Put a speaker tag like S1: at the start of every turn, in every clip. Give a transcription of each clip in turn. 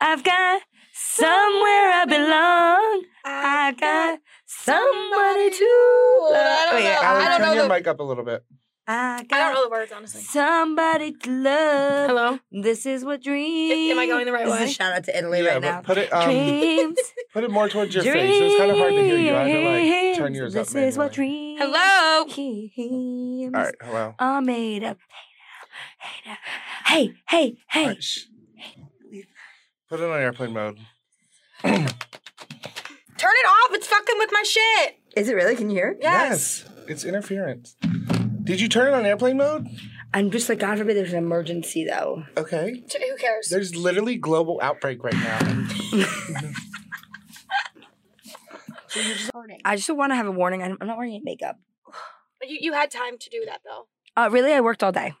S1: I've got somewhere I belong. I got somebody to love.
S2: I don't
S1: Wait, I
S2: know. I
S1: was
S2: don't
S1: trying-
S2: know
S3: turn
S2: the-
S3: your mic up a little bit.
S1: I
S2: I don't
S1: got
S2: know the words, honestly.
S1: somebody to love.
S2: Hello?
S1: This is what dreams.
S2: Am I going the right
S1: This is a
S2: way?
S1: shout out to Italy
S3: yeah,
S1: right
S3: but
S1: now.
S3: put it um,
S1: dreams.
S3: put it more towards your face. It was kind of hard to hear you. I had to like turn
S1: dreams.
S3: yours
S1: this
S3: up.
S1: is what dreams.
S2: Hello?
S1: Dreams
S3: All right, oh, hello.
S1: are made of. Hey, now, hey, now. hey, hey,
S3: All
S1: hey.
S3: right, shh. Put it on airplane mode.
S2: Turn it off. It's fucking with my shit.
S1: Is it really? Can you hear it?
S2: Yes.
S3: It's interference. Did you turn it on airplane mode?
S1: I'm just like, God forbid there's an emergency though.
S3: Okay.
S2: T- Who cares?
S3: There's literally global outbreak right now.
S1: I just want to have a warning. I'm I'm not wearing any makeup.
S2: You, you had time to do that, though.
S1: Uh, really, I worked all day.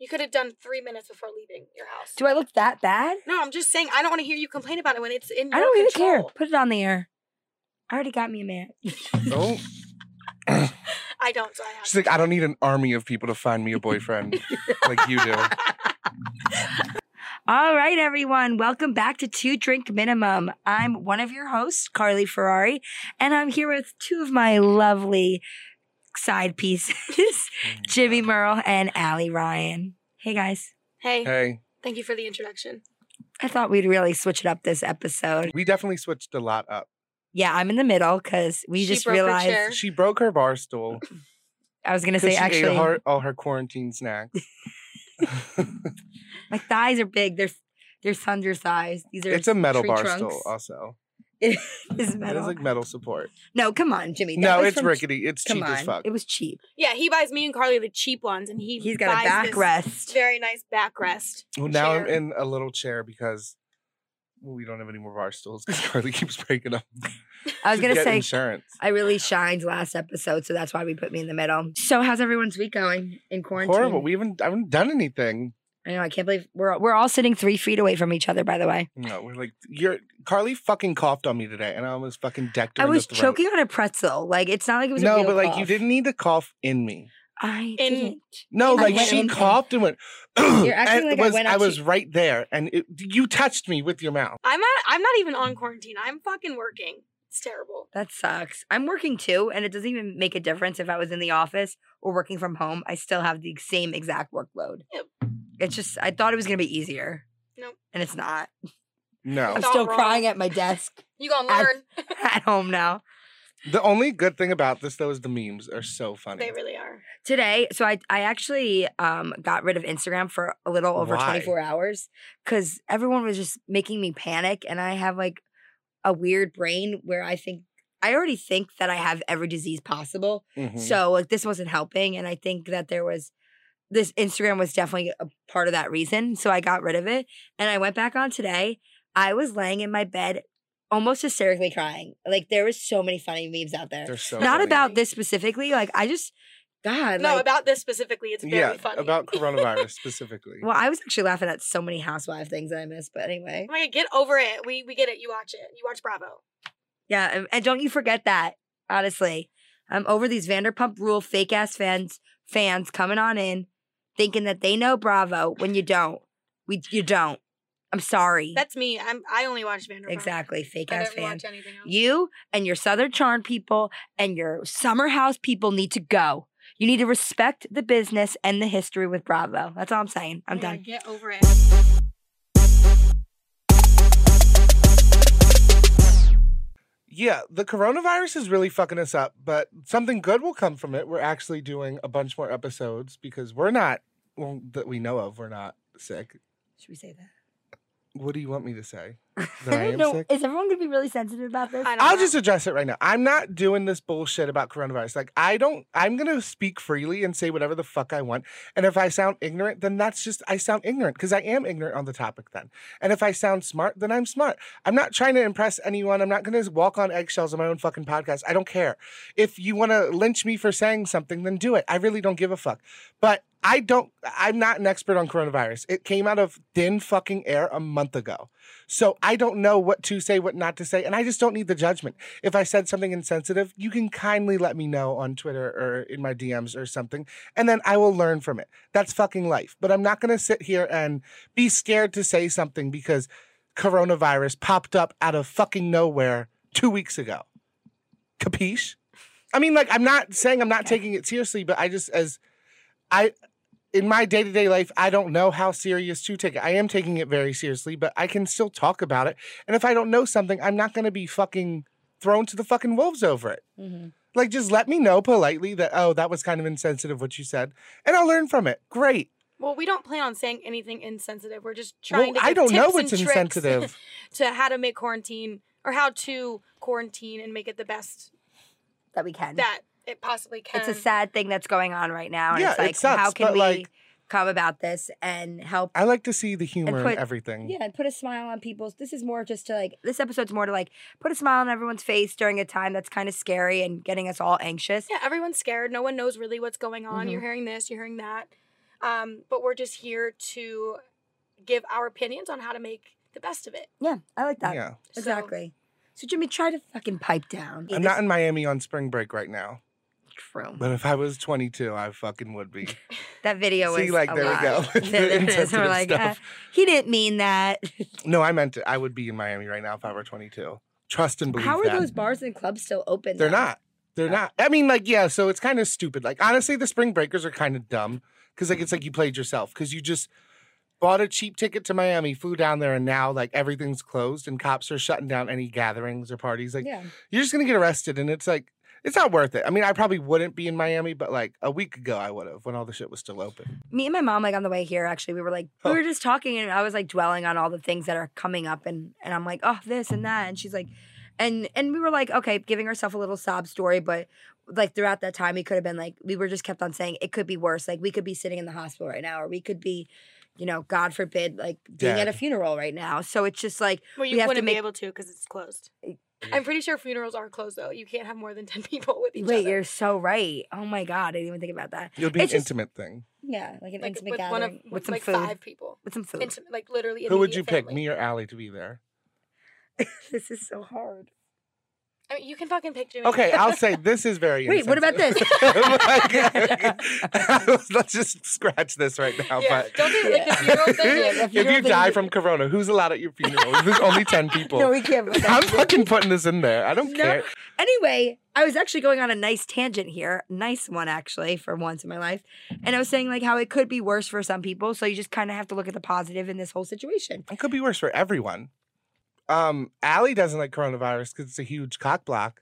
S2: You could have done three minutes before leaving your house.
S1: Do I look that bad?
S2: no, I'm just saying, I don't want to hear you complain about it when it's in your
S1: I don't even care.
S2: control.
S1: Put it on the air. I already got me a man.
S3: Oh,
S2: I don't, so I have
S3: she's like, I don't need an army of people to find me a boyfriend like you do.
S1: All right, everyone. Welcome back to Two Drink Minimum. I'm one of your hosts, Carly Ferrari, and I'm here with two of my lovely side pieces, Jimmy Merle and Allie Ryan. Hey, guys.
S2: Hey,
S3: Hey,
S2: thank you for the introduction.
S1: I thought we'd really switch it up this episode.
S3: we definitely switched a lot up.
S1: Yeah, I'm in the middle because we
S2: She
S1: just
S2: broke her
S1: realized.
S2: chair.
S3: She broke her bar stool.
S1: I was going to
S3: 'cause
S1: say,
S3: she
S1: actually,
S3: ate her, all her quarantine snacks.
S1: my thighs are big. They're, they're thunder thighs. These are
S3: it's a metal
S1: tree
S3: bar
S1: trunks.
S3: stool, also.
S1: It is
S3: It
S1: metal.
S3: is like metal support.
S1: no, come on, Jimmy. That
S3: No,
S1: was
S3: it's
S1: from-
S3: rickety. It's
S1: Come
S3: cheap
S1: on.
S3: as fuck.
S1: It was cheap.
S2: Yeah, he buys me and Carly the cheap ones, and he
S1: He's got a
S2: buys this
S1: backrest.
S2: Very nice backrest.
S3: Well, now I'm
S2: chair.
S3: in a little chair because well, we don't have any more bar stools because Carly keeps breaking up.
S1: I was
S3: to
S1: gonna
S3: get
S1: say
S3: insurance.
S1: I really shined last episode, so that's why we put me in the middle. So how's everyone's week going in quarantine?
S3: Horrible. We haven't I haven't done anything.
S1: I know I can't believe we're we're all sitting three feet away from each other. By the way,
S3: No, we're like you're Carly fucking coughed on me today, and I almost fucking decked her.
S1: I
S3: in the
S1: was
S3: throat.
S1: choking on a pretzel. Like it's not like it was A
S3: No,
S1: real
S3: but like
S1: cough.
S3: you didn't need to cough in me.
S1: I
S2: In-
S1: didn't.
S3: No,
S1: I
S3: like
S1: went
S3: she
S1: in-
S3: coughed and went. You're
S1: acting like I
S3: was,
S1: went
S3: I
S1: up to-
S3: was right there, and it, you touched me with your mouth.
S2: I'm not. I'm not even on quarantine. I'm fucking working. It's terrible.
S1: That sucks. I'm working too, and it doesn't even make a difference if I was in the office or working from home. I still have the same exact workload.
S2: Yep.
S1: It's just I thought it was gonna be easier.
S2: Nope.
S1: And it's not.
S3: No,
S1: I'm
S2: It's all
S1: still
S2: wrong.
S1: crying at my desk
S2: You gonna
S1: I-
S2: learn?
S1: at home now.
S3: the only good thing about this though is the memes are so funny.
S2: They really are.
S1: today so i i actually um got rid of instagram for a little over
S3: Why?
S1: 24 hours because everyone was just making me panic and i have like a weird brain where i think i already think that i have every disease possible
S3: Mhm.
S1: so like this wasn't helping and i think that there was this instagram was definitely a part of that reason so i got rid of it and i went back on today i was laying in my bed almost hysterically crying like there was so many funny memes out there
S3: they're so
S1: not
S3: funny.
S1: about this specifically. Like I just, God,
S2: no,
S1: like,
S2: about this specifically, it's very
S3: yeah
S2: funny.
S3: about coronavirus specifically.
S1: well, I was actually laughing at so many housewife things that I missed. But anyway,
S2: Oh my god, get over it. We we get it. You watch it. You watch Bravo.
S1: yeah, and, and don't you forget that. Honestly, I'm over these Vanderpump Rule fake ass fans fans coming on in, thinking that they know Bravo when you don't. We you don't. I'm sorry.
S2: That's me. I'm. I only watch Vanderpump.
S1: E exactly fake
S2: I
S1: ass
S2: don't
S1: fans.
S2: watch anything else.
S1: You and your Southern Charm people and your Summer House people need to go. You need to respect the business and the history with Bravo. That's all I'm saying. I'm
S2: Oh my
S1: done.
S2: God, Get over it.
S3: Yeah, the coronavirus is really fucking us up, but something good will come from it. We're actually doing a bunch more episodes because we're not, well, that we know of, we're not sick.
S1: Should we say that?
S3: What do you want me to say?
S1: I
S3: That I
S1: don't
S3: am
S1: know.
S3: sick?
S1: Is everyone gonna be really sensitive about this?
S2: I don't
S3: I'll
S2: know.
S3: just address it right now. I'm not doing this bullshit about coronavirus. Like, I don't, I'm going to speak freely and say whatever the fuck I want. And if I sound ignorant, then that's just, I sound ignorant because I am ignorant on the topic then. And if I sound smart, then I'm smart. I'm not trying to impress anyone. I'm not going to walk on eggshells on my own fucking podcast. I don't care. If you want to lynch me for saying something, then do it. I really don't give a fuck. But I don't, I'm not an expert on coronavirus. It came out of thin fucking air a month ago. So I don't know what to say, what not to say, and I just don't need the judgment. If I said something insensitive, you can kindly let me know on Twitter or in my DMs or something, and then I will learn from it. That's fucking life. But I'm not gonna sit here and be scared to say something because coronavirus popped up out of fucking nowhere two weeks ago. Capiche? I mean, like, I'm not saying I'm not taking it seriously, but I just, as I, in my day to day life, I don't know how serious to take it. I am taking it very seriously, but I can still talk about it. And if I don't know something, I'm not going to be fucking thrown to the fucking wolves over it.
S1: Mm-hmm.
S3: Like, just let me know politely that, oh, that was kind of insensitive what you said, and I'll learn from it. Great.
S2: Well, we don't plan on saying anything insensitive. We're just
S3: Well,
S2: trying to. Get
S3: I don't know
S2: tips
S3: what's
S2: and tricks
S3: insensitive.
S2: to how to make quarantine or how to quarantine and make it the best
S1: that we can.
S2: that it possibly can.
S1: it's a sad thing that's going on right now. And
S3: Um, Yeah,
S1: it's
S3: it
S1: like,
S3: sucks,
S1: how can
S3: but,
S1: we
S3: like-
S1: come about this and help?
S3: I like to see the humor
S1: put-
S3: in everything.
S1: Yeah, and put a smile on people's. This is more just to like, this episode's more to like put a smile on everyone's face during a time that's kind of scary and getting us all anxious.
S2: Yeah, everyone's scared. No one knows really what's going on.
S1: Mhm.
S2: You're hearing this, you're hearing that. Um, but we're just here to give our opinions on how to make the best of it.
S1: Yeah, I like that.
S3: Yeah.
S2: So-
S1: Exactly. So, Jimmy, try to fucking pipe down.
S3: I'm not in Miami on spring break right now,
S1: true.
S3: but if I was 22, I fucking would be.
S1: That video was
S3: See, like,
S1: a
S3: there
S1: lie.
S3: we go.
S1: There-
S3: The
S1: there it is. We're
S3: insensitive
S1: like,
S3: stuff.
S1: uh, he didn't mean that.
S3: No, I meant it. I would be in Miami right now if I were 22. Trust and believe
S1: How are
S3: that.
S1: those bars and clubs still open?
S3: They're
S1: though?
S3: not. They're not. I mean, like, yeah. So it's kind of stupid. Like, honestly, the spring breakers are kind of dumb because, like, it's like you played yourself because you just bought a cheap ticket to Miami, flew down there, and now like everything's closed and cops are shutting down any gatherings or parties. Like,
S1: Yeah.
S3: you're just gonna get arrested, and it's like. It's not worth it. I mean, I probably wouldn't be in Miami, but like a week ago, I would have when all the shit was still open.
S1: Me and my mom, like on the way here, actually, we were like, we
S3: Oh.
S1: were just talking, and I was like dwelling on all the things that are coming up, and and I'm like, oh, this and that, and she's like, and and we were like, okay, giving herself a little sob story, but like throughout that time, we could have been like, we were just kept on saying it could be worse. Like we could be sitting in the hospital right now, or we could be, you know, God forbid, like being at a
S3: Dead.
S1: funeral right now. So it's just like
S2: Well, you
S1: We have to
S2: wouldn't
S1: make- Eh,
S2: be able to because it's closed. I'm pretty sure funerals are closed though. You can't have more than ten people with each
S1: Wait,
S2: other.
S1: you're so right. Oh my god, I didn't even think about that.
S3: It'll be an
S1: It's just-
S3: intimate thing.
S1: Yeah, like an
S2: like
S1: intimate
S2: with one
S1: gathering
S2: of
S1: with some
S2: like
S1: food,
S2: five people.
S1: with some food.
S2: Intimate, like literally.
S3: Who would you
S2: immediate
S3: pick,
S2: family.
S3: me or Allie, to be there?
S1: this is so hard.
S2: I mean, you can fucking pick Jimmy.
S3: Okay, I'll say this is very.
S1: Wait, what about
S3: insensitive. Like, let's just scratch this right now.
S2: yeah,
S3: But
S2: don't do like the funeral thing.
S1: Yeah, the
S2: like,
S3: if
S1: funeral
S3: you
S1: thing
S3: die
S1: is-
S3: from corona, who's allowed at your funeral? There's only ten people.
S1: No, we can't. put that
S3: I'm
S1: together.
S3: fucking putting this in there. I don't
S1: No.
S3: care.
S1: Anyway, I was actually going on a nice tangent here, nice one actually for once in my life, and I was saying like how it could be worse for some people, so you just kind of have to look at the positive in this whole situation.
S3: It could be worse for everyone. Um, Allie doesn't like coronavirus because it's a huge cock block.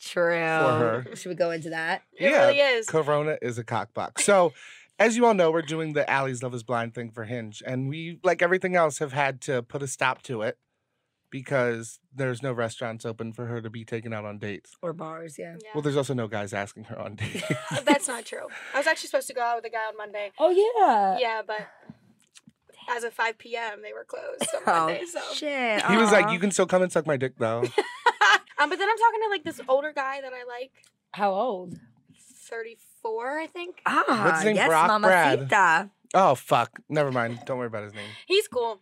S1: True.
S3: her.
S1: Should we go into that?
S2: it
S3: yeah,
S2: really is.
S3: Corona is a cock block. So, as you all know, we're doing the Allie's Love is Blind thing for Hinge, and we, like everything else, have had to put a stop to it because there's no restaurants open for her to be taken out on dates.
S1: Or bars? Yeah.
S2: Yeah.
S3: Well, there's also no guys asking her on dates.
S2: That's not true. I was actually supposed to go out with a guy on Monday.
S1: Oh yeah.
S2: Yeah, but as of 5 p.m., they were closed on
S1: Oh
S2: Monday. So.
S1: shit.
S3: He was like,
S1: aw.
S3: "You can still come and suck my dick, though."
S2: um, but then I'm talking to like this older guy that I like,
S1: How old?
S2: 34, I think.
S1: Ah,
S3: What's his name?
S1: yes,
S3: Brock
S1: mamacita.
S3: oh fuck! Never mind. Don't worry about his name.
S2: He's cool.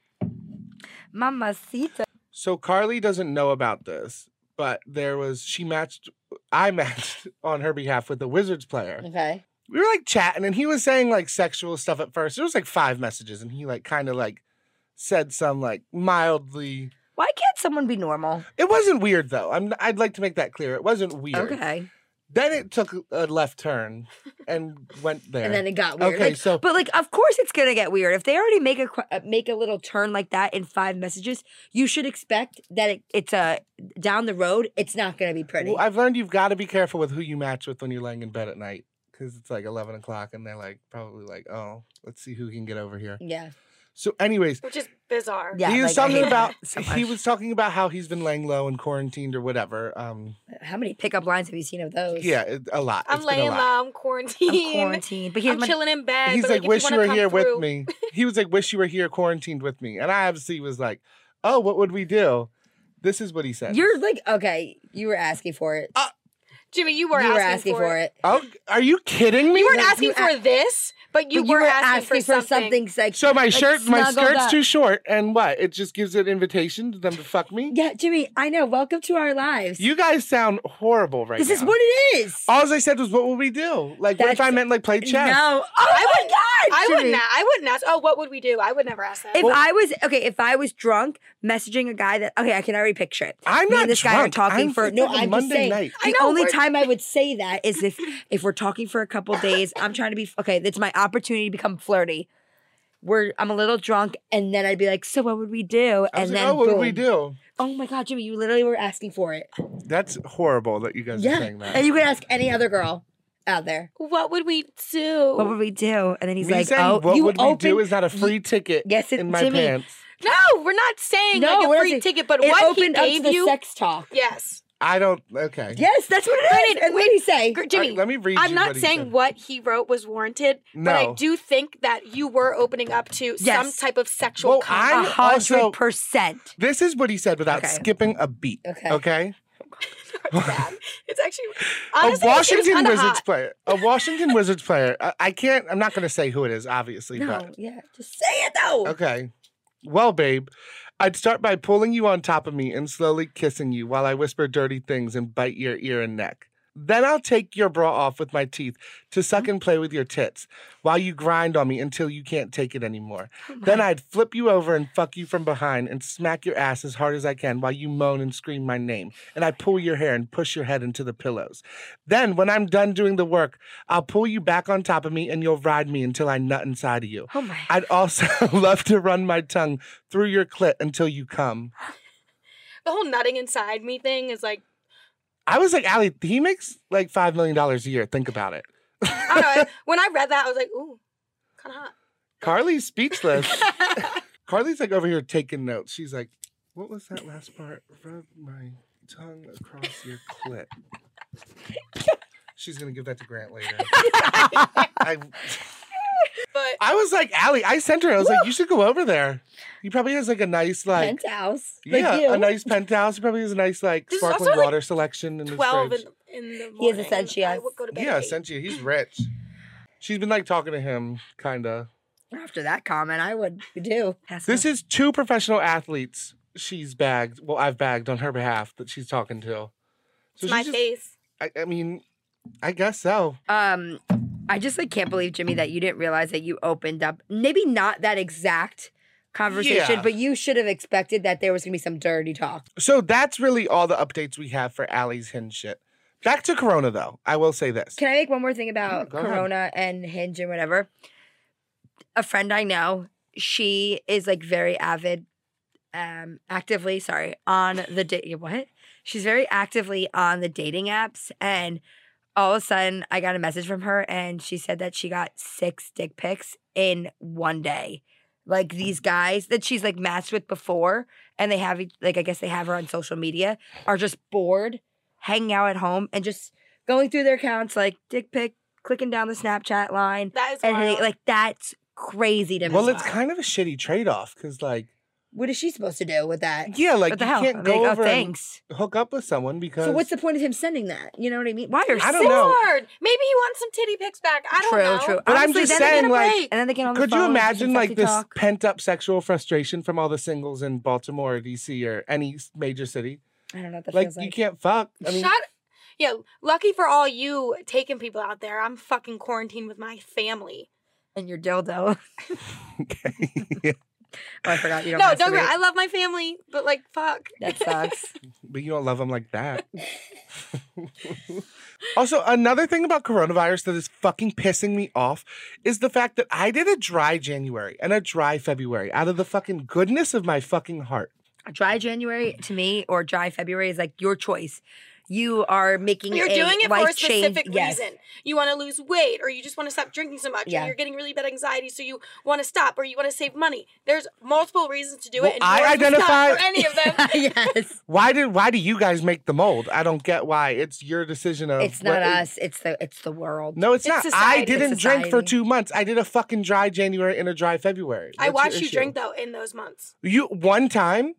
S1: Mamacita.
S3: So Carly doesn't know about this, but there was she matched. I matched on her behalf with the Wizards player.
S1: Okay.
S3: we were like chatting and he was saying like sexual stuff at first. There was like five messages and he like kind of like said some like mildly
S1: Why can't someone be normal?
S3: it wasn't weird though. I'm I'd like to make that clear. It wasn't weird.
S1: Okay.
S3: Then it took a left turn and went there.
S1: And then it got weird.
S3: Okay,
S1: Like,
S3: so
S1: but like, of course, it's gonna get weird. If they already make a qu- uh, make a little turn like that in five messages, you should expect that it, it's a down the road. It's not gonna be pretty.
S3: well, I've learned you've got to be careful with who you match with when you're laying in bed at night because it's like 11 o'clock and they're like probably like oh let's see who can get over here.
S1: yeah,
S3: So anyways,
S2: Which is bizarre.
S1: yeah.
S3: he was
S1: like, I
S3: talking
S1: hate
S3: about
S1: that so
S3: he
S1: much.
S3: was talking about how he's been laying low and quarantined or whatever. Um,
S1: How many pickup lines have you seen of those?
S3: yeah, it, a lot.
S2: I'm
S3: It's been a
S2: laying
S3: lot.
S2: low. I'm quarantined.
S1: I'm quarantined. But here's
S2: I'm
S1: my
S2: chilling in bed.
S3: He's
S2: but,
S3: like,
S2: if
S3: wish you
S2: wanna
S3: were
S2: come
S3: here
S2: through-
S3: with me. He was like, wish you were here quarantined with me. And I obviously was like, oh, what would we do? This is what he said.
S1: You're like okay. You were asking for it.
S2: Jimmy, you were,
S4: you
S2: asking,
S4: were asking
S2: for, it.
S3: Oh, are you kidding me?
S2: You weren't
S4: No,
S2: asking
S4: you
S2: for this, but you,
S4: But
S2: were, asking, for something.
S4: like
S3: so my shirt, my
S4: snuggled
S3: skirt's
S4: up.
S3: too short, and what? It just gives an invitation to them to fuck me.
S1: Yeah, Jimmy, I know. Welcome to our lives.
S3: You guys sound horrible right
S1: this
S3: now.
S1: is what it is.
S3: All I said was, "What would we do?" Like, what if I
S1: That's-
S3: meant like play chess?
S1: No. Oh I my
S2: would-
S1: God.
S2: I
S1: Jimmy.
S2: wouldn't. a- I wouldn't ask. Oh, what would we do? I would never ask that.
S1: If I was okay, if I was drunk messaging a guy that okay, I can already picture it.
S3: I'm
S1: Me
S3: not
S1: and this
S3: drunk.
S1: guy are talking
S3: I'm
S1: for no.
S3: fucking
S1: I'm
S3: Monday
S1: just saying.
S3: night.
S2: I
S1: The
S2: know,
S1: only
S2: but-
S1: time I would say that is if if we're talking for a couple days. I'm trying to be okay. That's my opportunity to become flirty. Where I'm a little drunk, and then I'd be like, "So what would we do?"
S3: I
S1: And
S3: was like,
S1: then,
S3: "Oh, what would we
S1: boom.
S3: do?"
S1: Oh my God, Jimmy, you literally were asking for it.
S3: That's horrible that you guys are
S1: yeah,
S3: saying that.
S1: and you could ask any other girl out there.
S2: what would we do?
S1: What would we do? And then he's
S3: Me
S1: like,
S3: saying,
S1: "Oh,
S3: what
S1: you
S3: would we
S1: open-
S3: do?" Is not a free ticket.
S1: Yes, it-
S3: in my
S1: Jimmy,
S3: pants.
S2: no, we're not saying
S1: No,
S2: like
S1: we're
S2: a
S1: not
S2: free
S1: saying-
S2: ticket, but
S1: it
S2: what he
S1: opened up
S2: gave
S1: to the
S2: you.
S1: sex talk.
S2: yes,
S3: I don't. Okay.
S1: Yes, that's what it is.
S2: Granted,
S1: And what did he say?
S2: Gr-
S3: All
S2: Jimmy.
S3: right, let me read.
S2: I'm
S3: you
S2: not
S3: what he
S2: saying
S3: said.
S2: what he wrote was warranted, but
S3: No.
S2: I do think that you were opening up to some
S1: Yes.
S2: type of sexual
S3: Well,
S2: contact.
S1: A
S3: I also.
S1: hundred percent.
S3: This is what he said without
S1: Okay.
S3: skipping a beat.
S4: Okay.
S3: Okay.
S2: Bad. It's actually
S3: a
S2: honestly, it was
S3: Washington
S2: kinda
S3: Wizards
S2: hot.
S3: player. A Washington Wizards player. I, I can't. I'm not going to say who it is, obviously.
S1: No, yeah, just say it though.
S3: But okay. Well, babe, I'd start by pulling you on top of me and slowly kissing you while I whisper dirty things and bite your ear and neck. Then I'll take your bra off with my teeth to suck and play with your tits while you grind on me until you can't take it anymore. then I'd flip you over and fuck you from behind and smack your ass as hard as I can while you moan and scream my name. And I pull your hair and push your head into the pillows. Then, when I'm done doing the work, I'll pull you back on top of me and you'll ride me until I nut inside of you.
S1: Oh my.
S3: I'd also love to run my tongue through your clit until you come.
S2: The whole nutting inside me thing is like
S3: I was like, Allie, he makes like $5 million a year. Think about it.
S2: I don't know. when I read that, I was like, ooh, kind of
S3: Carly's speechless.
S2: hot.
S3: Carly's like over here taking notes. She's like, what was that last part? Rub my tongue across your clit. She's going to give that to Grant later. I,
S2: but
S3: I was like, Allie, I sent her. I was like, you should go over there. He probably has like a nice, like,
S4: penthouse.
S3: yeah,
S4: like you.
S3: a nice penthouse. He probably has a nice, like,
S2: This is
S3: sparkling
S2: also, like,
S3: water selection in his
S2: twelve
S3: fridge.
S2: in, in the morning.
S4: He has essentially
S2: I
S4: us.
S2: would go to bed.
S3: Yeah,
S2: at eight.
S3: essentially, he's rich. She's been like talking to him, kind of.
S4: After that comment, I would do.
S3: This is two professional athletes she's bagged. Well, I've bagged on her behalf that she's talking to. So
S2: It's my
S3: she's just-
S2: face.
S3: I, I mean, I guess so.
S1: um, I just like can't believe Jimmy that you didn't realize that you opened up. Maybe not that exact conversation,
S3: Yeah.
S1: but you should have expected that there was gonna be some dirty talk.
S3: So that's really all the updates we have for Allie's hinge shit. Back to Corona though. I will say this.
S1: Can I make one more thing about
S3: go ahead.
S1: Corona and Hinge and whatever? A friend I know, she is like very avid, um, actively sorry on the date. What? She's very actively on the dating apps, and all of a sudden, I got a message from her, and she said that she got six dick pics in one day. Like these guys that she's like matched with before, and they have each- like I guess they have her on social media are just bored, hanging out at home, and just going through their accounts like dick pic, clicking down the Snapchat line,
S2: That is
S1: and
S2: wild.
S1: hitting- like that's crazy to me.
S3: Well, it's kind of a shitty trade off because, like,
S4: What is she supposed to do with that?
S3: yeah,
S1: what
S3: like you
S1: the hell?
S3: can't
S1: I'm
S3: go
S1: like,
S3: over
S1: oh, thanks.
S3: and hook up with someone because
S4: So what's the point of him sending that?
S1: You know what I mean? Why are
S3: I don't
S1: six-
S3: know.
S2: Lord, maybe he wants some titty pics back. I don't
S1: True,
S2: know.
S1: true.
S3: But I'm just
S1: then they get
S3: saying,
S1: a
S3: like,
S1: break, and then they get on the
S3: Could you
S1: phone, they
S3: imagine
S1: can
S3: like
S1: sexy
S3: this
S1: talk.
S3: pent up sexual frustration from all the singles in Baltimore or DC or any s- major city?
S1: I don't know what that
S3: Like,
S1: feels
S3: you
S1: like.
S3: can't fuck. I mean,
S2: Shut. Yeah, lucky for all you taking people out there, I'm fucking quarantined with my family.
S1: And your dildo. oh,
S3: okay. Yeah.
S1: I forgot you don't.
S2: no, don't worry.
S1: masturbate.
S2: I love my family, but like, fuck.
S1: That sucks.
S3: but you don't love them like that. also, another thing about coronavirus that is fucking pissing me off is the fact that I did a dry January and a dry February out of the fucking goodness of my fucking heart.
S1: A dry January to me or dry February is like your choice. You are making
S2: You're
S1: a
S2: doing it for
S1: life
S2: a specific
S1: change. Yes.
S2: reason. You want to lose weight, or you just want to stop drinking so much,
S4: Yeah.
S2: or you're getting really bad anxiety, so you want to stop, or you want to save money. There's multiple reasons to do
S3: Well,
S2: it. And
S3: I
S2: yours was not
S3: identify-
S2: for any of them.
S4: yes,
S3: Why did why do you guys make the mold? I don't get why. It's your decision of
S1: It's not
S3: Um, what-
S1: us. It's the it's the world.
S3: No, it's,
S2: It's
S3: not. I
S2: society. It's
S3: didn't drink for
S1: society.
S3: two months. I did a fucking dry January and a dry February.
S2: I
S3: What's your
S2: watched you
S3: issue?
S2: drink though in those months.
S3: You one time.